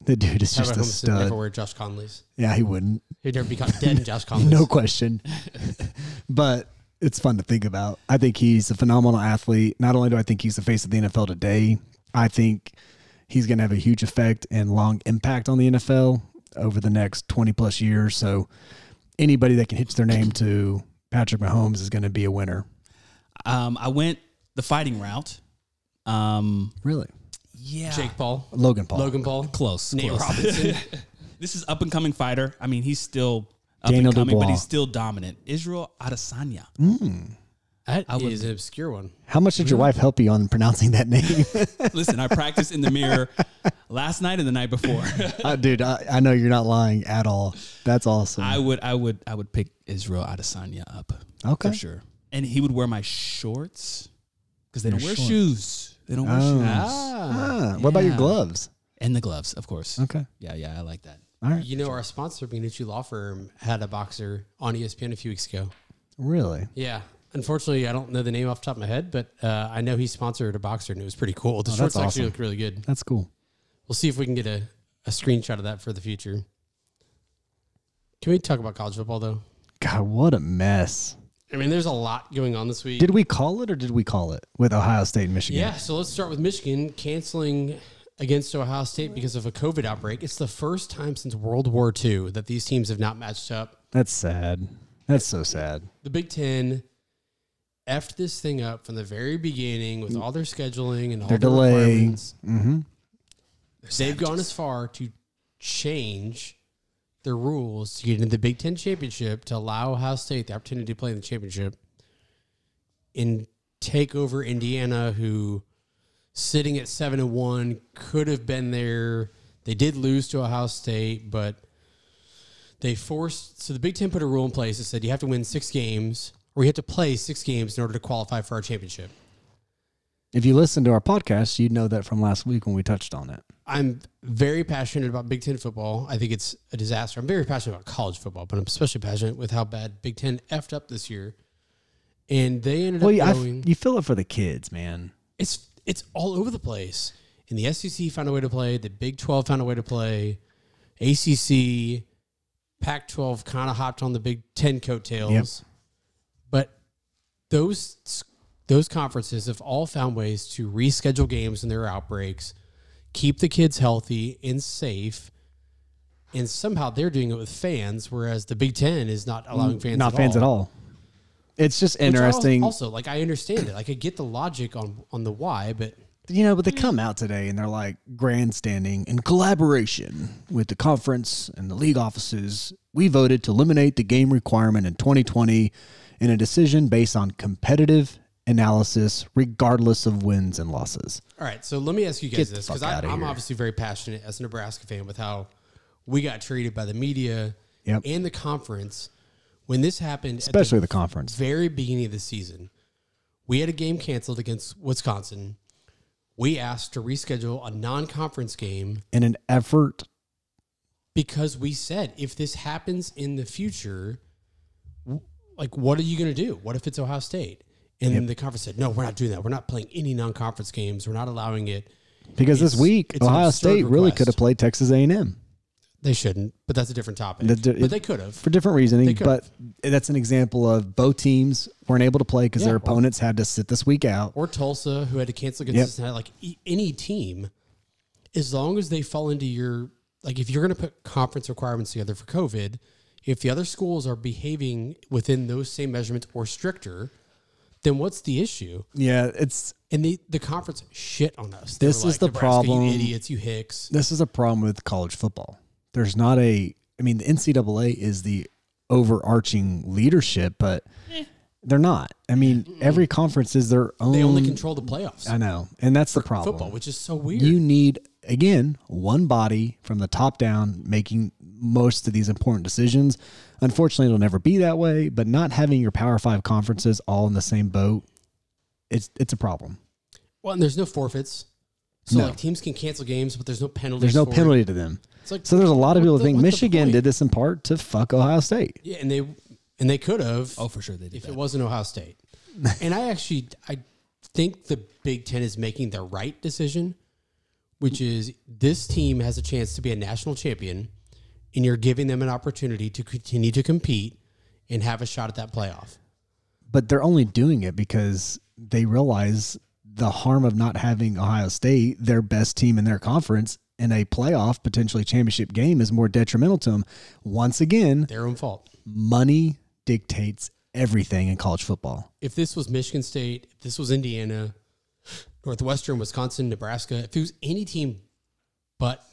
S3: The dude is
S1: Tyler
S3: just a
S1: Holmes would
S3: stud.
S1: never wear Josh Conley's.
S3: Yeah, he wouldn't.
S1: He'd never be caught dead in Josh Conley's.
S3: No question. but it's fun to think about. I think he's a phenomenal athlete. Not only do I think he's the face of the NFL today, I think he's going to have a huge effect and long impact on the NFL over the next 20 plus years. So anybody that can hitch their name to Patrick Mahomes is going to be a winner.
S2: Um, I went the fighting route. Um,
S3: Really?
S2: yeah.
S1: Jake Paul,
S3: Logan Paul.
S1: Logan Paul,
S2: Close.
S1: Nate
S2: close.
S1: Robinson.
S2: This is up and coming fighter. I mean, he's still up
S3: Daniel
S2: and coming, but
S3: Dubois.
S2: he's still dominant. Israel Adesanya.
S1: That
S2: I would-
S1: is an obscure one.
S3: How much did your wife help you on pronouncing that name?
S2: Listen, I practiced in the mirror last night and the night before.
S3: Uh, dude, I, I know you're not lying at all. That's awesome.
S2: I would, I would, I would pick Israel Adesanya up.
S3: Okay.
S2: for sure. And he would wear my shorts because they don't
S3: Your
S2: wear
S3: shorts.
S2: shoes. They don't wear
S3: Oh.
S2: shoes.
S3: Ah, What about your
S2: yeah.
S3: gloves?
S2: And the gloves, of course.
S3: Okay.
S2: Yeah, yeah, I like that.
S3: All right.
S1: You know, our sponsor, Minucci Law Firm, had a boxer on E ESPN a few weeks ago.
S3: Really?
S1: Yeah. Unfortunately, I don't know the name off the top of my head, but uh, I know he sponsored a boxer and it was pretty cool. The
S3: Oh, that's
S1: shorts actually
S3: awesome.
S1: look really good.
S3: That's cool.
S1: We'll see if we can get a, a screenshot of that for the future. Can we talk about college football, though?
S3: God, what a mess.
S1: I mean, there's a lot going on this week.
S3: Did we call it or did we call it with Ohio State and Michigan?
S1: Yeah, so let's start with Michigan canceling against Ohio State because of a COVID outbreak. It's the first time since World War II that these teams have not matched up.
S3: That's sad. That's so sad.
S1: The Big Ten effed this thing up from the very beginning with all their scheduling and all
S3: Their
S1: their
S3: delay.
S1: requirements.
S3: Mm-hmm.
S1: They've gone as far to change the rules to get into the Big Ten championship to allow Ohio State the opportunity to play in the championship and take over Indiana, who sitting at seven and one could have been there. They did lose to Ohio State, but they forced so the Big Ten put a rule in place that said you have to win six games or you have to play six games in order to qualify for our championship.
S3: If you listen to our podcast, you know that from last week when we touched on it.
S1: I'm very passionate about Big Ten football. I think it's a disaster. I'm very passionate about college football, but I'm especially passionate with how bad Big Ten effed up this year. And they ended
S3: Well,
S1: up
S3: you, I f-
S1: going.
S3: you feel it for the kids, man.
S1: it's it's all over the place. And the SEC found a way to play. The Big Twelve found a way to play. ACC, Pac twelve kind of hopped on the Big Ten coattails, but those those conferences have all found ways to reschedule games in their outbreaks, keep the kids healthy and safe. And somehow they're doing it with fans, whereas the Big Ten is not allowing fans.
S3: Mm, Not fans at all. It's just
S1: Which I al-
S3: interesting.
S1: Also, like I understand it, like I get the logic on on the why, but
S3: you know, but
S1: Mm-hmm.
S3: they come out today and they're like grandstanding in collaboration with the conference and the league offices. We voted to eliminate the game requirement in 2020 in a decision based on competitive analysis, regardless of wins and losses.
S1: All right, so let me ask you guys
S3: Get the
S1: this
S3: fuck
S1: because I'm
S3: outta here.
S1: obviously very passionate as a Nebraska fan with how we got treated by the media
S3: Yep.
S1: and the conference when this happened, at
S3: Especially
S1: the
S3: the conference.
S1: very beginning of the season. We had a game canceled against Wisconsin. We asked to reschedule a non-conference game
S3: In an effort,
S1: because we said if this happens in the future, w- like what are you going to do? What if it's Ohio State? And then the conference said, "No, we're not doing that. We're not playing any non-conference games. We're not allowing it."
S3: because this
S1: It's-
S3: week
S1: it's an
S3: Ohio
S1: absurd
S3: State really
S1: request.
S3: could have played Texas A&M
S1: They shouldn't, but that's a different topic.
S3: The- the-
S1: but they could have.
S3: for different reasoning,
S1: They could've.
S3: but that's an example of both teams weren't able to play because
S1: Yeah.
S3: their opponents had to sit this week out.
S1: Or Tulsa, who had to cancel against
S3: Yep.
S1: Cincinnati. Like e- any team, as long as they fall into your like, if you're going to put conference requirements together for COVID, if the other schools are behaving within those same measurements or stricter, then what's the issue?
S3: Yeah, it's
S1: And the the conference shit on us.
S3: This
S1: were
S3: is the
S1: "Nebraska,
S3: problem."
S1: You idiots, you hicks.
S3: this is a problem with college football. There's not a, I mean, the NCAA is the overarching leadership, but they're not. I mean, every conference is their own.
S1: They only control the playoffs.
S3: Mm. I know, and that's the problem.
S1: Football, which is so weird.
S3: you need again one body from the top down making most of these important decisions. Unfortunately, it'll never be that way, but not having your Power Five conferences all in the same boat, it's it's a problem.
S1: Well, and there's no forfeits. So
S3: No.
S1: like teams can cancel games, but there's no penalty.
S3: There's no penalty to them.
S1: It's like,
S3: So there's a lot of
S1: what
S3: people
S1: the-
S3: that think
S1: what's the
S3: Michigan
S1: point?
S3: did this in part to fuck Ohio State.
S1: Yeah, and they and they could have.
S2: Oh, for sure they did.
S1: if
S2: That.
S1: it wasn't Ohio State. and I actually I think the Big Ten is making the right decision, which is this team has a chance to be a national champion, and you're giving them an opportunity to continue to compete and have a shot at that playoff.
S3: But they're only doing it because they realize the harm of not having Ohio State, their best team in their conference, in a playoff, potentially championship game is more detrimental to them. Once again,
S1: Their own fault.
S3: money dictates everything in college football.
S1: If this was Michigan State, if this was Indiana, Northwestern, Wisconsin, Nebraska, if it was any team but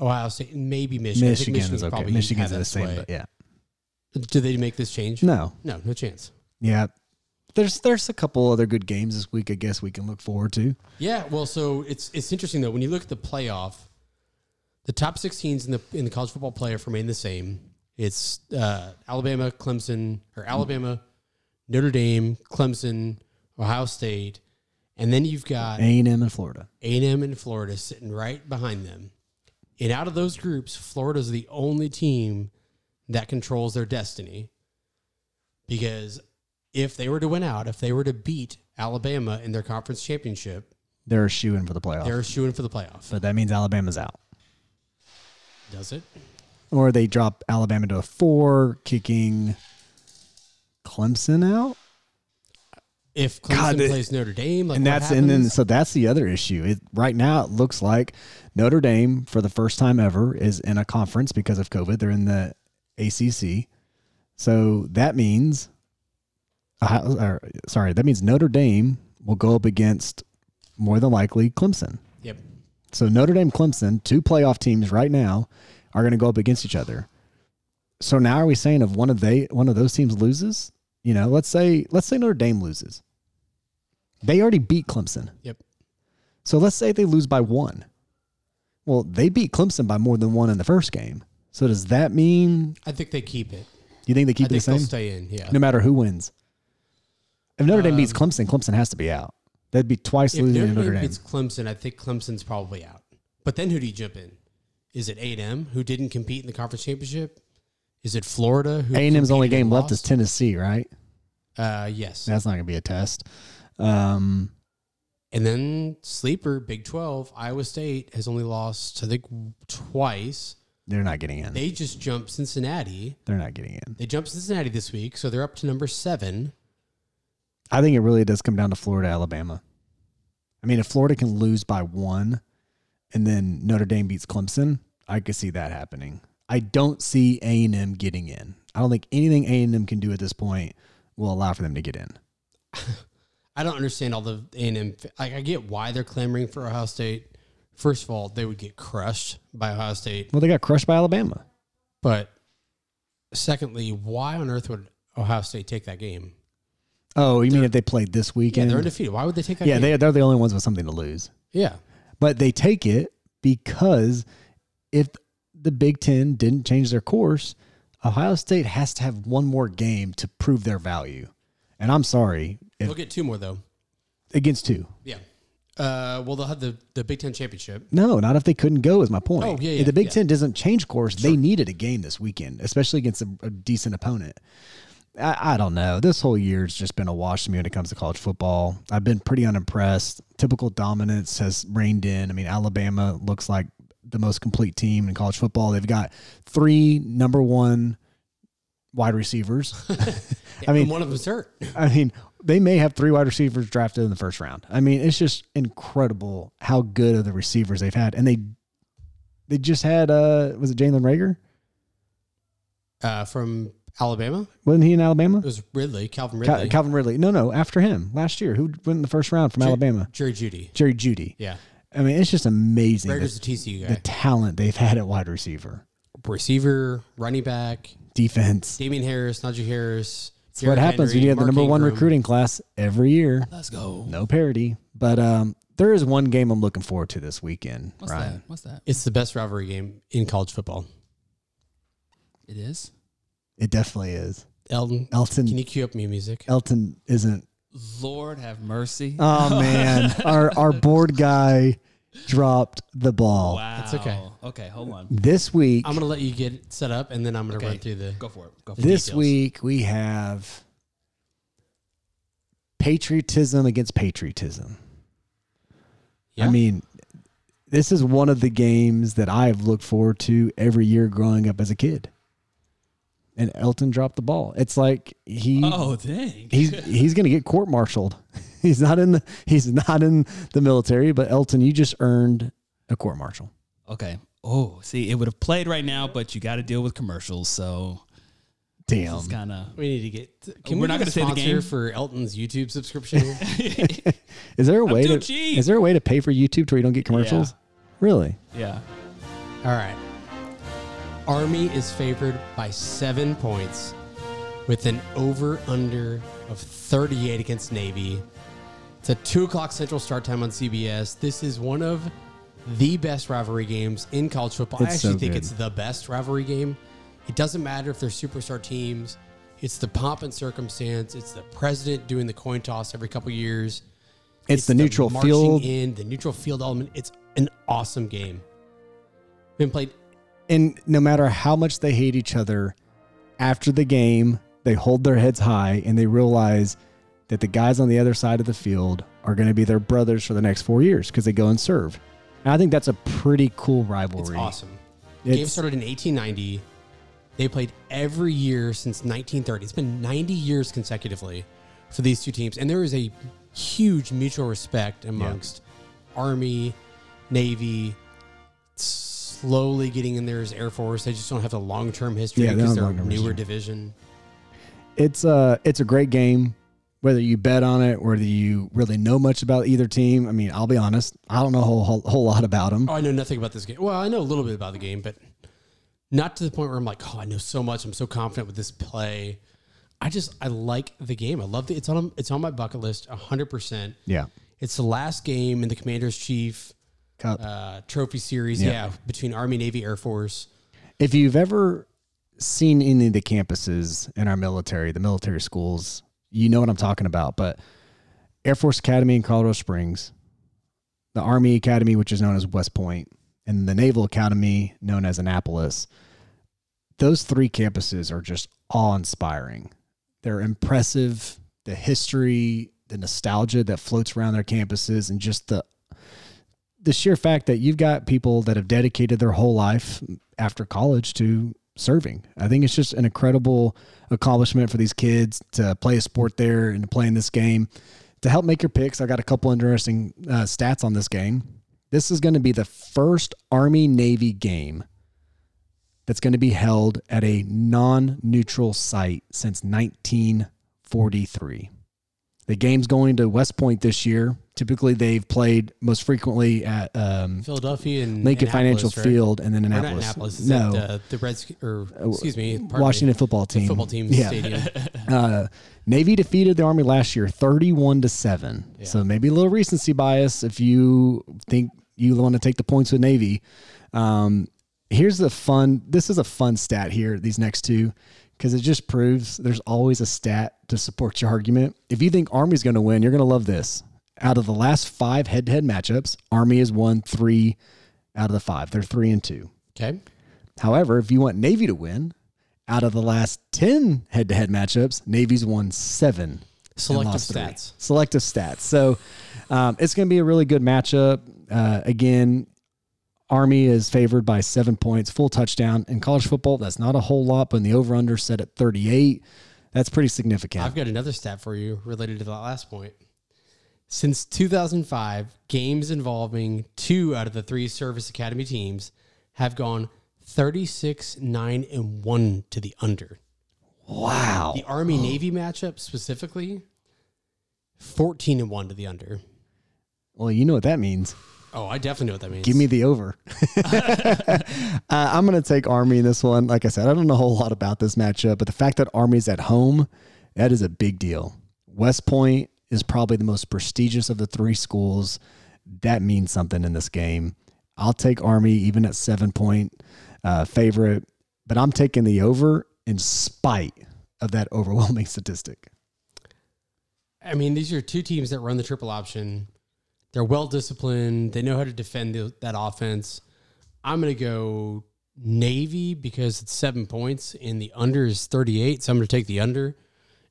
S1: Ohio State and maybe Michigan, I think
S3: Michigan is okay.
S1: probably
S3: Michigan's
S1: have
S3: in the
S1: that
S3: same,
S1: sway.
S3: but yeah.
S1: Do they make this change?
S3: No.
S1: no, no chance.
S3: Yeah. There's there's a couple other good games this week I guess we can look forward to.
S1: Yeah, well, so it's it's interesting though when you look at the playoff, the top six teams in the in the college football playoff remain the same. It's uh, Alabama, Clemson, or Alabama, Notre Dame, Clemson, Ohio State, and then you've got A
S3: A&M and Florida.
S1: and M and Florida sitting right behind them. And out of those groups, Florida's the only team that controls their destiny because if they were to win out, if they were to beat Alabama in their conference championship,
S3: They're a shoe in for the playoff.
S1: they're shooing for the playoff.
S3: but that means Alabama's out.
S1: Does it?
S3: Or they drop Alabama to a four, kicking Clemson out.
S1: If Clemson
S3: God, the-
S1: plays Notre Dame, like
S3: and
S1: what
S3: that's and then
S1: happens?
S3: so that's the other issue. It, right now, it looks like Notre Dame for the first time ever is in a conference because of COVID. They're in the ACC, so that means, Ohio- or, sorry, that means Notre Dame will go up against more than likely Clemson.
S1: yep.
S3: So Notre Dame, Clemson, two playoff teams right now, are going to go up against each other. So now are we saying if one of they one of those teams loses, you know, let's say let's say Notre Dame loses, they already beat Clemson.
S1: Yep.
S3: So let's say they lose by one. Well, they beat Clemson by more than one in the first game. So does that mean
S1: I think they keep it.
S3: you think they keep
S1: I
S3: it the
S1: think they'll
S3: same
S1: stay in. Yeah.
S3: no matter who wins? If Notre Dame beats Clemson, Clemson has to be out. That'd be twice
S1: Um, If
S3: losing to
S1: Notre
S3: Notre
S1: Dame
S3: Dame.
S1: beats Clemson, I think Clemson's probably out. But then who do you jump in? Is it A&M who didn't compete in the conference championship? Is it Florida? who
S3: A&M's only
S1: competed and
S3: game left is
S1: lost?
S3: Tennessee, right?
S1: Uh, yes.
S3: That's not going to be a test. Um,
S1: And then sleeper Big Twelve, Iowa State has only lost I think twice.
S3: they're not getting in.
S1: They just jumped Cincinnati.
S3: They're not getting in.
S1: They jumped Cincinnati this week, so they're up to number seven.
S3: I think it really does come down to Florida, Alabama. I mean, if Florida can lose by one and then Notre Dame beats Clemson, I could see that happening. I don't see A&M getting in. I don't think anything A&M can do at this point will allow for them to get in.
S1: I don't understand all the A and M. Like I get why they're clamoring for Ohio State. First of all, they would get crushed by Ohio State.
S3: Well, they got crushed by Alabama.
S1: But secondly, why on earth would Ohio State take that game?
S3: Oh, you mean if they played this
S1: Yeah,
S3: weekend?
S1: they're undefeated. Why would they take that?
S3: yeah,
S1: game?
S3: they, they're the only ones with something to lose.
S1: yeah.
S3: but they take it because if the Big Ten didn't change their course, Ohio State has to have one more game to prove their value. And I'm sorry, if,
S1: They'll get two more though.
S3: against two.
S1: Yeah. Uh, well, they'll have the, the Big Ten championship.
S3: No, not if they couldn't go. Is my point.
S1: Oh, yeah,
S3: If
S1: yeah,
S3: the Big
S1: yeah.
S3: Ten doesn't change course, they needed a game this weekend, especially against a, a decent opponent. I, I don't know. This whole year's just been a wash to me when it comes to college football. I've been pretty unimpressed. Typical dominance has reigned in. I mean, Alabama looks like the most complete team in college football. They've got three number one wide receivers. I mean,
S1: and one of them's hurt.
S3: I mean, they may have three wide receivers drafted in the first round. I mean, it's just incredible how good of the receivers they've had, and they they just had uh was it Jalen Rager?
S1: Uh, from Alabama,
S3: Wasn't he in Alabama?
S1: it was Ridley, Calvin
S3: Cal-
S1: Ridley,
S3: Calvin Ridley. No, no, after him last year, who went in the first round from
S1: Jer-
S3: Alabama?
S1: Jerry Judy.
S3: Jerry Judy.
S1: Yeah,
S3: I mean, it's just amazing
S1: Rager's a
S3: the,
S1: TCU
S3: the
S1: guy.
S3: talent they've had at wide receiver,
S1: Receiver, running back,
S3: defense.
S1: Damian Harris, Najee Harris.
S3: It's what happens when you have the number one recruiting class every year.
S2: Let's go.
S3: No parity, but um, there is one game I'm looking forward to this weekend,
S2: What's
S3: Ryan.
S2: that? What's that?
S1: It's the best rivalry game in college football.
S2: It is.
S3: It definitely is.
S1: Elton,
S3: Elton-
S1: can you cue up me music?
S3: Elton isn't.
S2: Lord have mercy.
S3: Oh man, our our board guy dropped the ball
S2: wow.
S1: It's okay.
S2: Okay, hold on.
S3: this week.
S1: I'm gonna let you get set up, and then I'm gonna run through the.
S2: Go for it. Go for
S3: this
S2: it.
S3: week we have patriotism against patriotism.
S1: Yeah.
S3: I mean, this is one of the games that I have looked forward to every year growing up as a kid. And Elton dropped the ball. It's like he
S2: Oh, dang.
S3: he's he's going to get court-martialed. He's not in the he's not in the military, but Elton, you just earned a court-martial.
S2: okay. Oh, see, it would have played right now, but you got to deal with commercials, so
S3: Damn.
S2: it's
S3: Um,
S2: kind of.
S1: We need to get. Can
S2: We're
S1: we not
S2: not gonna
S1: going to
S2: say the game?
S1: for Elton's YouTube subscription.
S3: Is there a way
S2: too
S3: to
S2: cheap.
S3: Is there a way to pay for YouTube to where you don't get commercials? Really?
S2: Yeah.
S1: All right. Army is favored by seven points with an over under of 38 against Navy. It's a two o'clock central start time on CBS. This is one of the best rivalry games in college football. I
S3: It's
S1: actually
S3: so
S1: think
S3: good.
S1: it's the best rivalry game. It doesn't matter if they're superstar teams, it's the pomp and circumstance, it's the president doing the coin toss every couple years.
S3: It's, the neutral
S1: marching
S3: field
S1: in the neutral field element. It's an awesome game. Been played
S3: and no matter how much they hate each other after the game they hold their heads high and they realize that the guys on the other side of the field are going to be their brothers for the next four years because they go and serve and i think that's a pretty cool rivalry
S1: It's awesome. game
S3: It's-
S1: started in 1890. They played every year since 1930. It's been 90 years consecutively for these two teams, and there is a huge mutual respect amongst Army, Navy. Slowly getting in there is Air Force. They just don't have the long term history
S3: Yeah, they
S1: because
S3: don't
S1: they're
S3: have
S1: a
S3: long-term
S1: newer
S3: history.
S1: division.
S3: it's a it's a great game whether you bet on it whether you really know much about either team i mean i'll be honest i don't know a whole, whole, whole lot about them
S1: Oh, I know nothing about this game. Well, I know a little bit about the game, but not to the point where I'm like, oh, I know so much. I'm so confident with this play. I just I like the game. I love it. It's on it's on my bucket list 100%.
S3: yeah
S1: It's the last game in the Commander's Chief
S3: Cup.
S1: uh, Trophy Series.
S3: Yeah.
S1: Yeah. between Army, Navy, Air Force.
S3: If you've ever seen any of the campuses in our military, the military schools, you know what I'm talking about. But Air Force Academy in Colorado Springs, the Army Academy, which is known as West Point, and the Naval Academy, known as Annapolis, those three campuses are just awe inspiring. They're impressive. The history, the nostalgia that floats around their campuses, and just the the sheer fact that you've got people that have dedicated their whole life after college to serving. I think it's just an incredible accomplishment for these kids to play a sport there and to play in this game. To help make your picks, I got a couple interesting uh, stats on this game. This is going to be the first Army Navy game that's going to be held at a non neutral site since 1943. The game's going to West Point this year. Typically, they've played most frequently at um,
S1: Philadelphia and
S3: Lincoln
S1: Annapolis,
S3: Financial
S1: right?
S3: Field and then
S1: Or
S3: Annapolis.
S1: not Annapolis. Is
S3: no, Uh,
S1: no, uh, the Reds or excuse me, pardon me,
S3: Washington football
S1: the
S3: team.
S1: football team stadium.
S3: Uh, Navy defeated the Army last year, thirty-one to seven. So maybe a little recency bias if you think you want to take the points with Navy. Um, here's the fun. This is a fun stat here. These next two, because it just proves there's always a stat to support your argument. If you think Army's going to win, you're going to love this. Out of the last five head-to-head matchups, Army has won three out of the five. They're three and two.
S1: Okay,
S3: However, if you want Navy to win, out of the last 10 head to head matchups, Navy's won seven. and
S1: Selective
S3: lost three.
S1: stats.
S3: Selective stats. So um, it's going to be a really good matchup. Uh, again, Army is favored by seven points, full touchdown. In college football, that's not a whole lot, but in the over under set at 38, that's pretty significant.
S1: I've got another stat for you related to that last point. Since 2005, games involving two out of the three service academy teams have gone 36 9 and 1 to the under.
S3: wow.
S1: The Army Navy matchup specifically 14 and 1 to the under.
S3: Well, you know what that means.
S1: Oh, I definitely know what that means.
S3: Give me the over. Uh, I'm going to take Army in this one. Like I said, I don't know a whole lot about this matchup, but the fact that Army's at home, that is a big deal. West Point is probably the most prestigious of the three schools. That means something in this game. I'll take Army even at seven point uh, favorite, but I'm taking the over. in spite of that overwhelming statistic.
S1: I mean, these are two teams that run the triple option. They're well disciplined. They know how to defend the, that offense. I'm going to go Navy because it's seven points and the under is 38. So I'm going to take the under.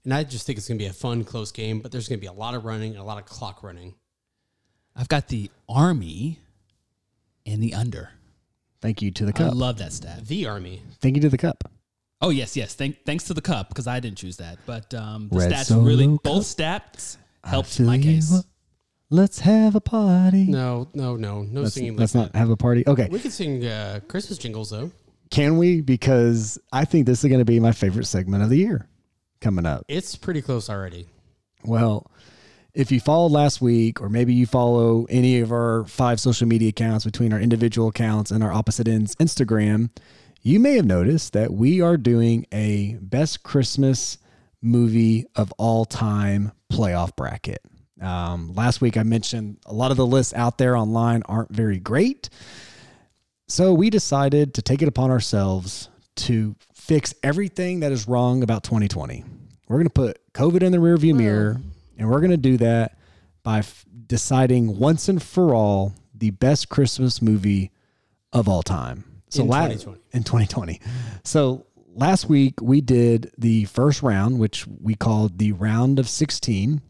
S1: And I just think it's going to be a fun, close game, but there's going to be a lot of running and a lot of clock running.
S2: I've got the Army and the under.
S3: Thank you to the
S2: I
S3: cup.
S2: love that stat.
S1: The Army.
S3: Thank you to the cup.
S2: Oh yes, yes. Thank, thanks to the cup because I didn't choose that, but um, the
S3: Red
S2: stats
S3: Solo
S2: really
S3: Cup.
S2: both stats
S3: I
S2: helped
S3: feel
S2: my
S3: you
S2: case.
S3: up. Let's have a party.
S1: No, no, no. No
S3: let's,
S1: singing like
S3: let's
S1: that.
S3: not have a party. Okay.
S1: We could sing uh, Christmas jingles, though.
S3: Can we? Because I think this is going to be my favorite segment of the year coming up.
S1: It's pretty close already.
S3: Well, if you followed last week, or maybe you follow any of our five social media accounts between our individual accounts and our opposite ends Instagram, you may have noticed that we are doing a best Christmas movie of all time playoff bracket. Um, last week, I mentioned a lot of the lists out there online aren't very great. So we decided to take it upon ourselves to fix everything that is wrong about 2020. We're going to put COVID in the rearview mirror, and we're going to do that by f- deciding once and for all the best Christmas movie of all time. So
S1: In
S3: la-
S1: 2020.
S3: in 2020. So last week we did the first round, which we called the round of 16,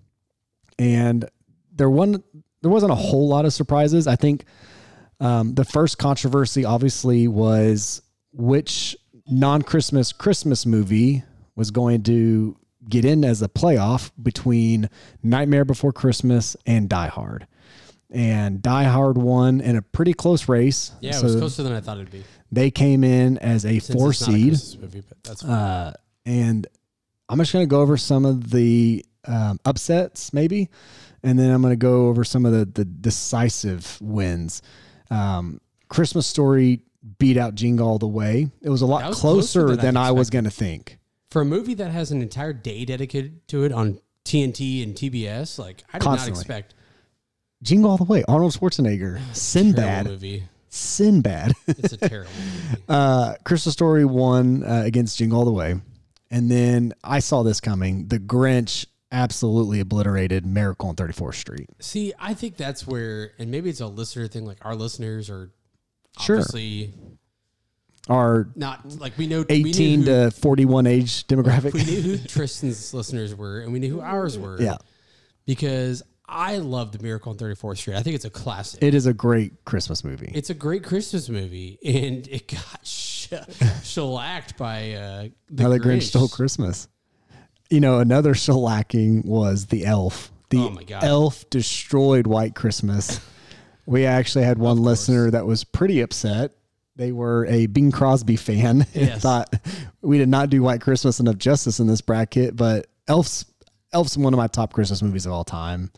S3: and there one there wasn't a whole lot of surprises. I think um, the first controversy obviously was which non-christmas christmas movie was going to get in as a playoff between nightmare before christmas and die hard and die hard won in a pretty close race
S1: Yeah, it
S3: so
S1: was closer than I thought it'd be.
S3: they came in as a
S1: since
S3: four
S1: it's not a
S3: seed
S1: Christmas movie, but that's fine.
S3: uh, and I'm just going to go over some of the um, upsets, maybe, and then I'm going to go over some of the, the decisive wins. Um, Christmas Story beat out Jingle all the way. It was a lot
S1: That was
S3: closer,
S1: closer than I
S3: than I was going to think.
S1: for a movie that has an entire day dedicated to it on TNT and TBS, like I did
S3: Constantly.
S1: not expect
S3: Jingle all the way. Arnold Schwarzenegger,
S1: terrible
S3: Sinbad,
S1: movie.
S3: Sinbad.
S1: It's a terrible movie.
S3: uh, Crystal Story won uh, against Jingle All the Way, and then I saw this coming. The Grinch absolutely obliterated Miracle on 34th Street.
S1: See, I think that's where, and maybe it's a listener thing. Like our listeners are
S3: Sure.
S1: obviously
S3: Our
S1: not like we know we knew
S3: 18
S1: who-
S3: to 41 age demographic.
S1: we knew who Tristan's listeners were, and we knew who ours were.
S3: yeah.
S1: because I love the Miracle on Thirty Fourth Street. I think it's a classic.
S3: It is a great Christmas movie.
S1: it's a great Christmas movie, and it got sh- shellacked by uh, the,
S3: How the Grinch
S1: Grinch.
S3: stole Christmas. You know, another shellacking was the elf. The
S1: Oh my God.
S3: elf destroyed White Christmas. We actually had one listener that was pretty upset. They were a Bing Crosby fan and
S1: Yes.
S3: thought we did not do White Christmas enough justice in this bracket, but Elf's Elf's one of my top Christmas movies of all time.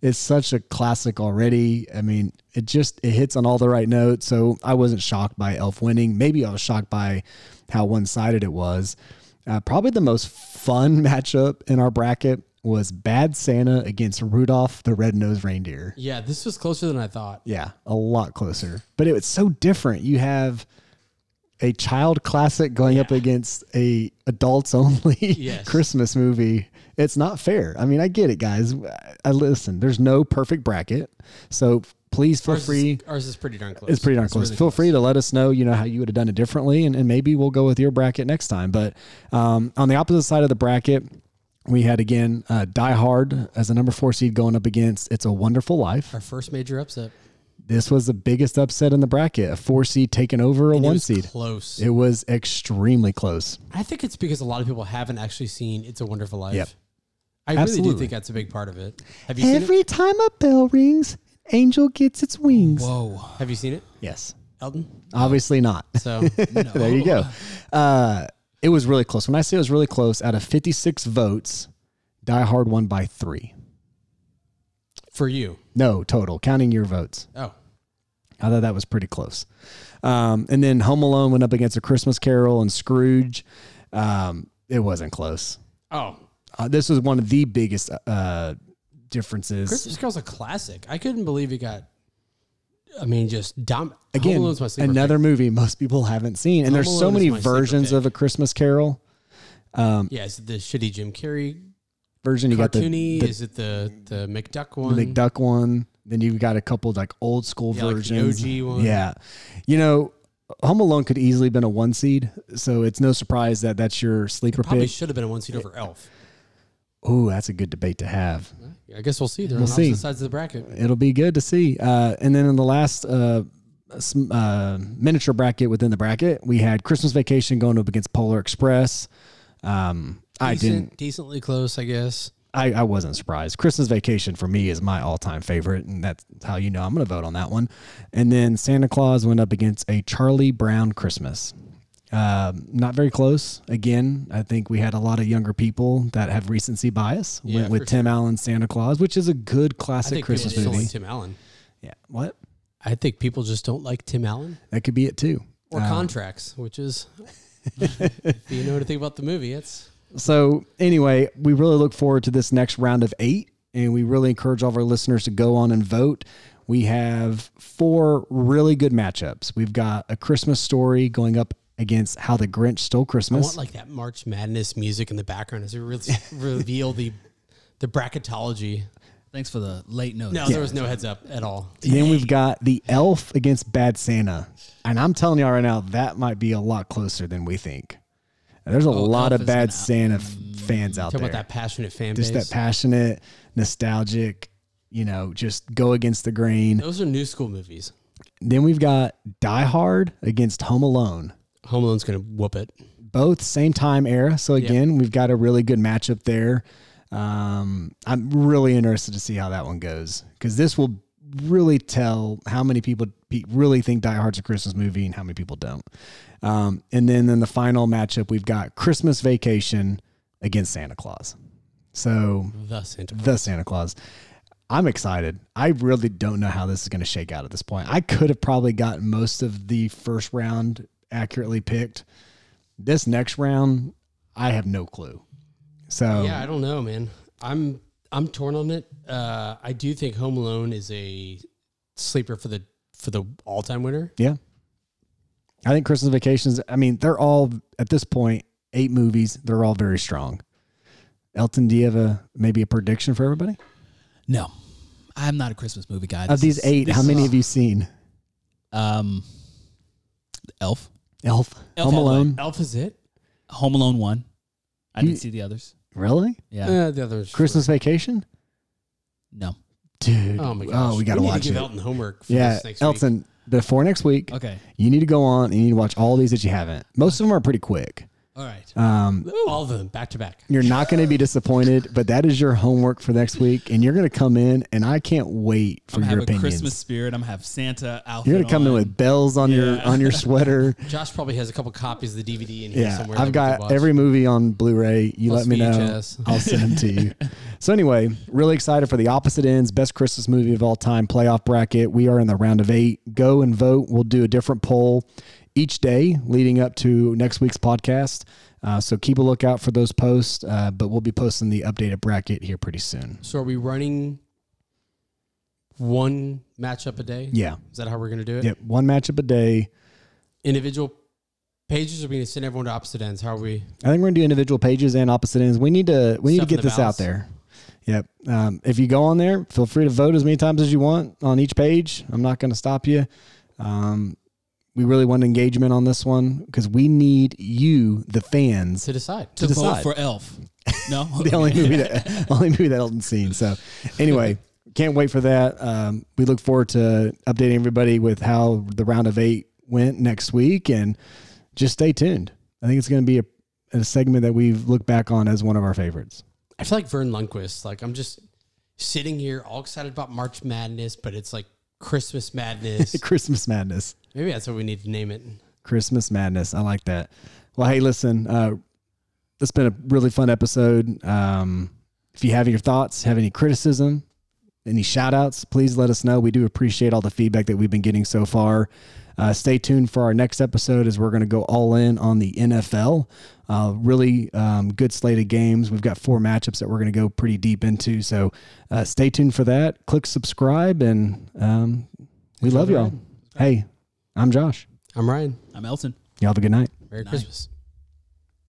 S3: It's such a classic already. I mean, it just it hits on all the right notes. So I wasn't shocked by Elf winning. Maybe I was shocked by how one sided it was. Uh, probably the most fun matchup in our bracket was Bad Santa against Rudolph the Red-Nosed Reindeer.
S1: Yeah, this was closer than I thought.
S3: Yeah, a lot closer. But it was so different. You have a child classic going up against a adults only
S1: Yes.
S3: Christmas movie. It's not fair. I mean, I get it, guys. I listen. There's no perfect bracket, so please feel
S1: Ours is-
S3: free.
S1: ours is pretty darn close.
S3: It's pretty darn close.
S1: really
S3: Feel free to let us know, you know, how you would have done it differently, and, and maybe we'll go with your bracket next time. But um, on the opposite side of the bracket, we had again uh, Die Hard as a number four seed going up against It's a Wonderful Life
S1: Our first major upset.
S3: this was the biggest upset in the bracket. A four seed taking over a
S1: And it
S3: one
S1: was
S3: seed.
S1: Close.
S3: It was extremely close.
S1: I think it's because a lot of people haven't actually seen It's a Wonderful Life.
S3: Yep.
S1: I really do
S3: Absolutely.
S1: think that's a big part of it. Have you seen
S3: Every time a bell rings, angel gets its wings.
S2: Whoa,
S1: it? Have you seen it,
S3: Yes.
S1: Elton?
S3: Obviously not.
S1: So
S3: there you go. Uh, it was really close. When I say it was really close, out of 56 votes, Die Hard won by three.
S1: for you.
S3: No, total, counting your votes.
S1: Oh.
S3: I thought that was pretty close. Um, and then Home Alone went up against A Christmas Carol and Scrooge. Um, it wasn't close.
S1: Oh.
S3: Uh, this was one of the biggest uh, differences.
S1: Christmas Carol's a classic. I couldn't believe it got I mean, just dom Home
S3: Again,
S1: Alone's my sleeper
S3: another movie most people haven't seen, and
S1: Home
S3: there's so
S1: Alone is
S3: many
S1: my sleeper
S3: versions
S1: pick.
S3: of A Christmas Carol.
S1: yeah, is it the shitty Jim Carrey
S3: version. You got the,
S1: cartoony?
S3: the,
S1: is it the the McDuck one?
S3: the McDuck one. Then you've got a couple like old school
S1: Yeah, like the
S3: versions.
S1: OG one.
S3: Yeah, you know, Home Alone could easily been a one seed, so it's no surprise that that's your sleeper
S1: Probably
S3: pick.
S1: should have been a one seed over Elf.
S3: Ooh, that's a good debate to have.
S1: I guess we'll see. They're
S3: We'll
S1: on opposite
S3: see.
S1: sides of the bracket.
S3: It'll be good to see. Uh, and then in the last uh, sm- uh, miniature bracket within the bracket, we had Christmas Vacation going up against Polar Express. Um, I
S1: Decent,
S3: didn't.
S1: decently close, I guess.
S3: I, I wasn't surprised. Christmas Vacation for me is my all time favorite, and that's how you know I'm going to vote on that one. And then Santa Claus went up against a Charlie Brown Christmas. Um, not very close. Again, I think we had a lot of younger people that have recency bias.
S1: Yeah,
S3: went with
S1: for
S3: Tim Allen's Santa Claus, which is a good
S1: I
S3: classic
S1: think
S3: Christmas
S1: people just
S3: movie.
S1: don't like Tim Allen.
S3: Yeah, what?
S1: I think people just don't like Tim Allen
S3: That could be it too.
S1: or
S3: Um,
S1: contracts, which is if you know anything about the movie, it's
S3: So anyway, we really look forward to this next round of eight, and we really encourage all of our listeners to go on and vote. We have four really good matchups. We've got a Christmas story going up against How the Grinch Stole
S1: I
S3: Christmas.
S1: want like that March Madness music in the background as we re- reveal the the bracketology.
S2: Thanks for the late notice.
S1: No, there was no heads up at all.
S3: then we've got the Elf against Bad Santa, and I'm telling y'all right now, that might be a lot closer than we think. There's
S1: Oh,
S3: a lot
S2: Elf
S3: of
S2: is
S3: Bad
S2: gonna-
S3: Santa f- fans out
S1: Mm, Talk
S3: there.
S1: about that passionate fan
S3: Just
S1: base.
S3: that passionate, nostalgic, you know, just go against the grain.
S1: Those are new school movies.
S3: Then we've got Die Hard against Home Alone.
S1: Home Alone's gonna whoop it.
S3: Both same time era. So again, we've got a really good matchup there. Um, I'm really interested to see how that one goes because this will really tell how many people pe- really think Die Hard's a Christmas movie and how many people don't. Um, and then in the final matchup, we've got Christmas Vacation against Santa Claus. So
S1: The Santa.
S3: the Santa Claus. I'm excited. I really don't know how this is going to shake out at this point. I could have probably gotten most of the first round accurately picked. This next round, I have no clue. So
S1: Yeah, I don't know, man. I'm I'm torn on it. Uh, I do think Home Alone is a sleeper for the for the all time winner.
S3: Yeah. I think Christmas Vacations, I mean, they're all at this point, eight movies, they're all very strong. Elton, do you have a maybe a prediction for everybody?
S2: No, I'm not a Christmas movie guy.
S3: Of
S2: This
S3: these
S2: is-
S3: eight,
S2: this
S3: how
S2: is-
S3: many have you seen?
S2: Um, Elf,
S3: Elf,
S2: Elf
S3: Home
S2: all the way.
S3: Alone.
S1: Elf is it?
S2: Home Alone one. I
S3: You- Eh.
S2: didn't see the others.
S3: Really?
S2: Yeah,
S1: Uh, the others.
S3: Christmas Vacation?
S2: no.
S3: Dude.
S1: Oh my gosh.
S3: Oh, we got to
S1: need
S3: watch
S1: give
S3: it.
S1: Elton homework. For
S3: Yeah,
S1: this next Week.
S3: Elton, before next week,
S2: Okay,
S3: you need to go on and you need to watch all these that you haven't. Most of them are pretty quick.
S2: all right.
S3: Um,
S1: All of them back to back.
S3: you're not going to be disappointed, but that is your homework for next week, and you're going to come in, and I can't wait for
S2: I'm gonna
S3: your
S2: have
S3: opinions.
S2: a Christmas spirit. I'm gonna have Santa outfit.
S3: you're going to come in
S2: on.
S3: with bells on your
S2: Yeah.
S3: on your sweater.
S1: Josh probably has a couple copies of the DVD in here
S3: yeah,
S1: somewhere.
S3: I've
S1: that we could
S3: got
S1: watch.
S3: every movie on Blu-ray. You
S1: Plus
S3: let me know.
S1: VHS.
S3: I'll send them to you. So anyway, really excited for the opposite ends best Christmas movie of all time playoff bracket. We are in the round of eight. Go and vote. We'll do a different poll each day leading up to next week's podcast. Uh, so keep a lookout for those posts. Uh, but we'll be posting the updated bracket here pretty soon.
S1: So are we running one matchup a day?
S3: Yeah.
S1: Is that how we're gonna do it?
S3: Yep. One matchup a day.
S1: Individual pages. Or are we gonna send everyone to opposite ends? How are we?
S3: I think we're gonna do individual pages and opposite ends. We need to we need
S1: Stuff
S3: to
S1: in the
S3: get this out
S1: balance.
S3: there. Yep. Um, if you go on there, feel free to vote as many times as you want on each page. I'm not gonna stop you. Um, we really want engagement on this one because we need you, the fans,
S1: To decide.
S2: to vote
S3: decide.
S2: for Elf. No,
S3: the only movie that only movie that Elton's seen. So anyway, can't wait for that. Um, we look forward to updating everybody with how the round of eight went next week, and just stay tuned. I think it's going to be a, a segment that we've looked back on as one of our favorites.
S1: I feel like Vern Lundquist. Like I'm just sitting here all excited about March Madness, but it's like Christmas Madness.
S3: Christmas Madness.
S1: Maybe that's what we need to name it.
S3: Christmas Madness. I like that. Well, hey, listen, uh, it's been a really fun episode. Um, if you have your thoughts, have any criticism, any shout outs, please let us know. We do appreciate all the feedback that we've been getting so far. Uh, stay tuned for our next episode as we're going to go all in on the NFL. Uh, really um, good slate of games. We've got four matchups that we're going to go pretty deep into. So uh, stay tuned for that. Click subscribe, and um, we love y'all. Hey, I'm Josh.
S1: I'm Ryan.
S2: I'm Elton.
S3: Y'all have a good night.
S1: Merry Christmas.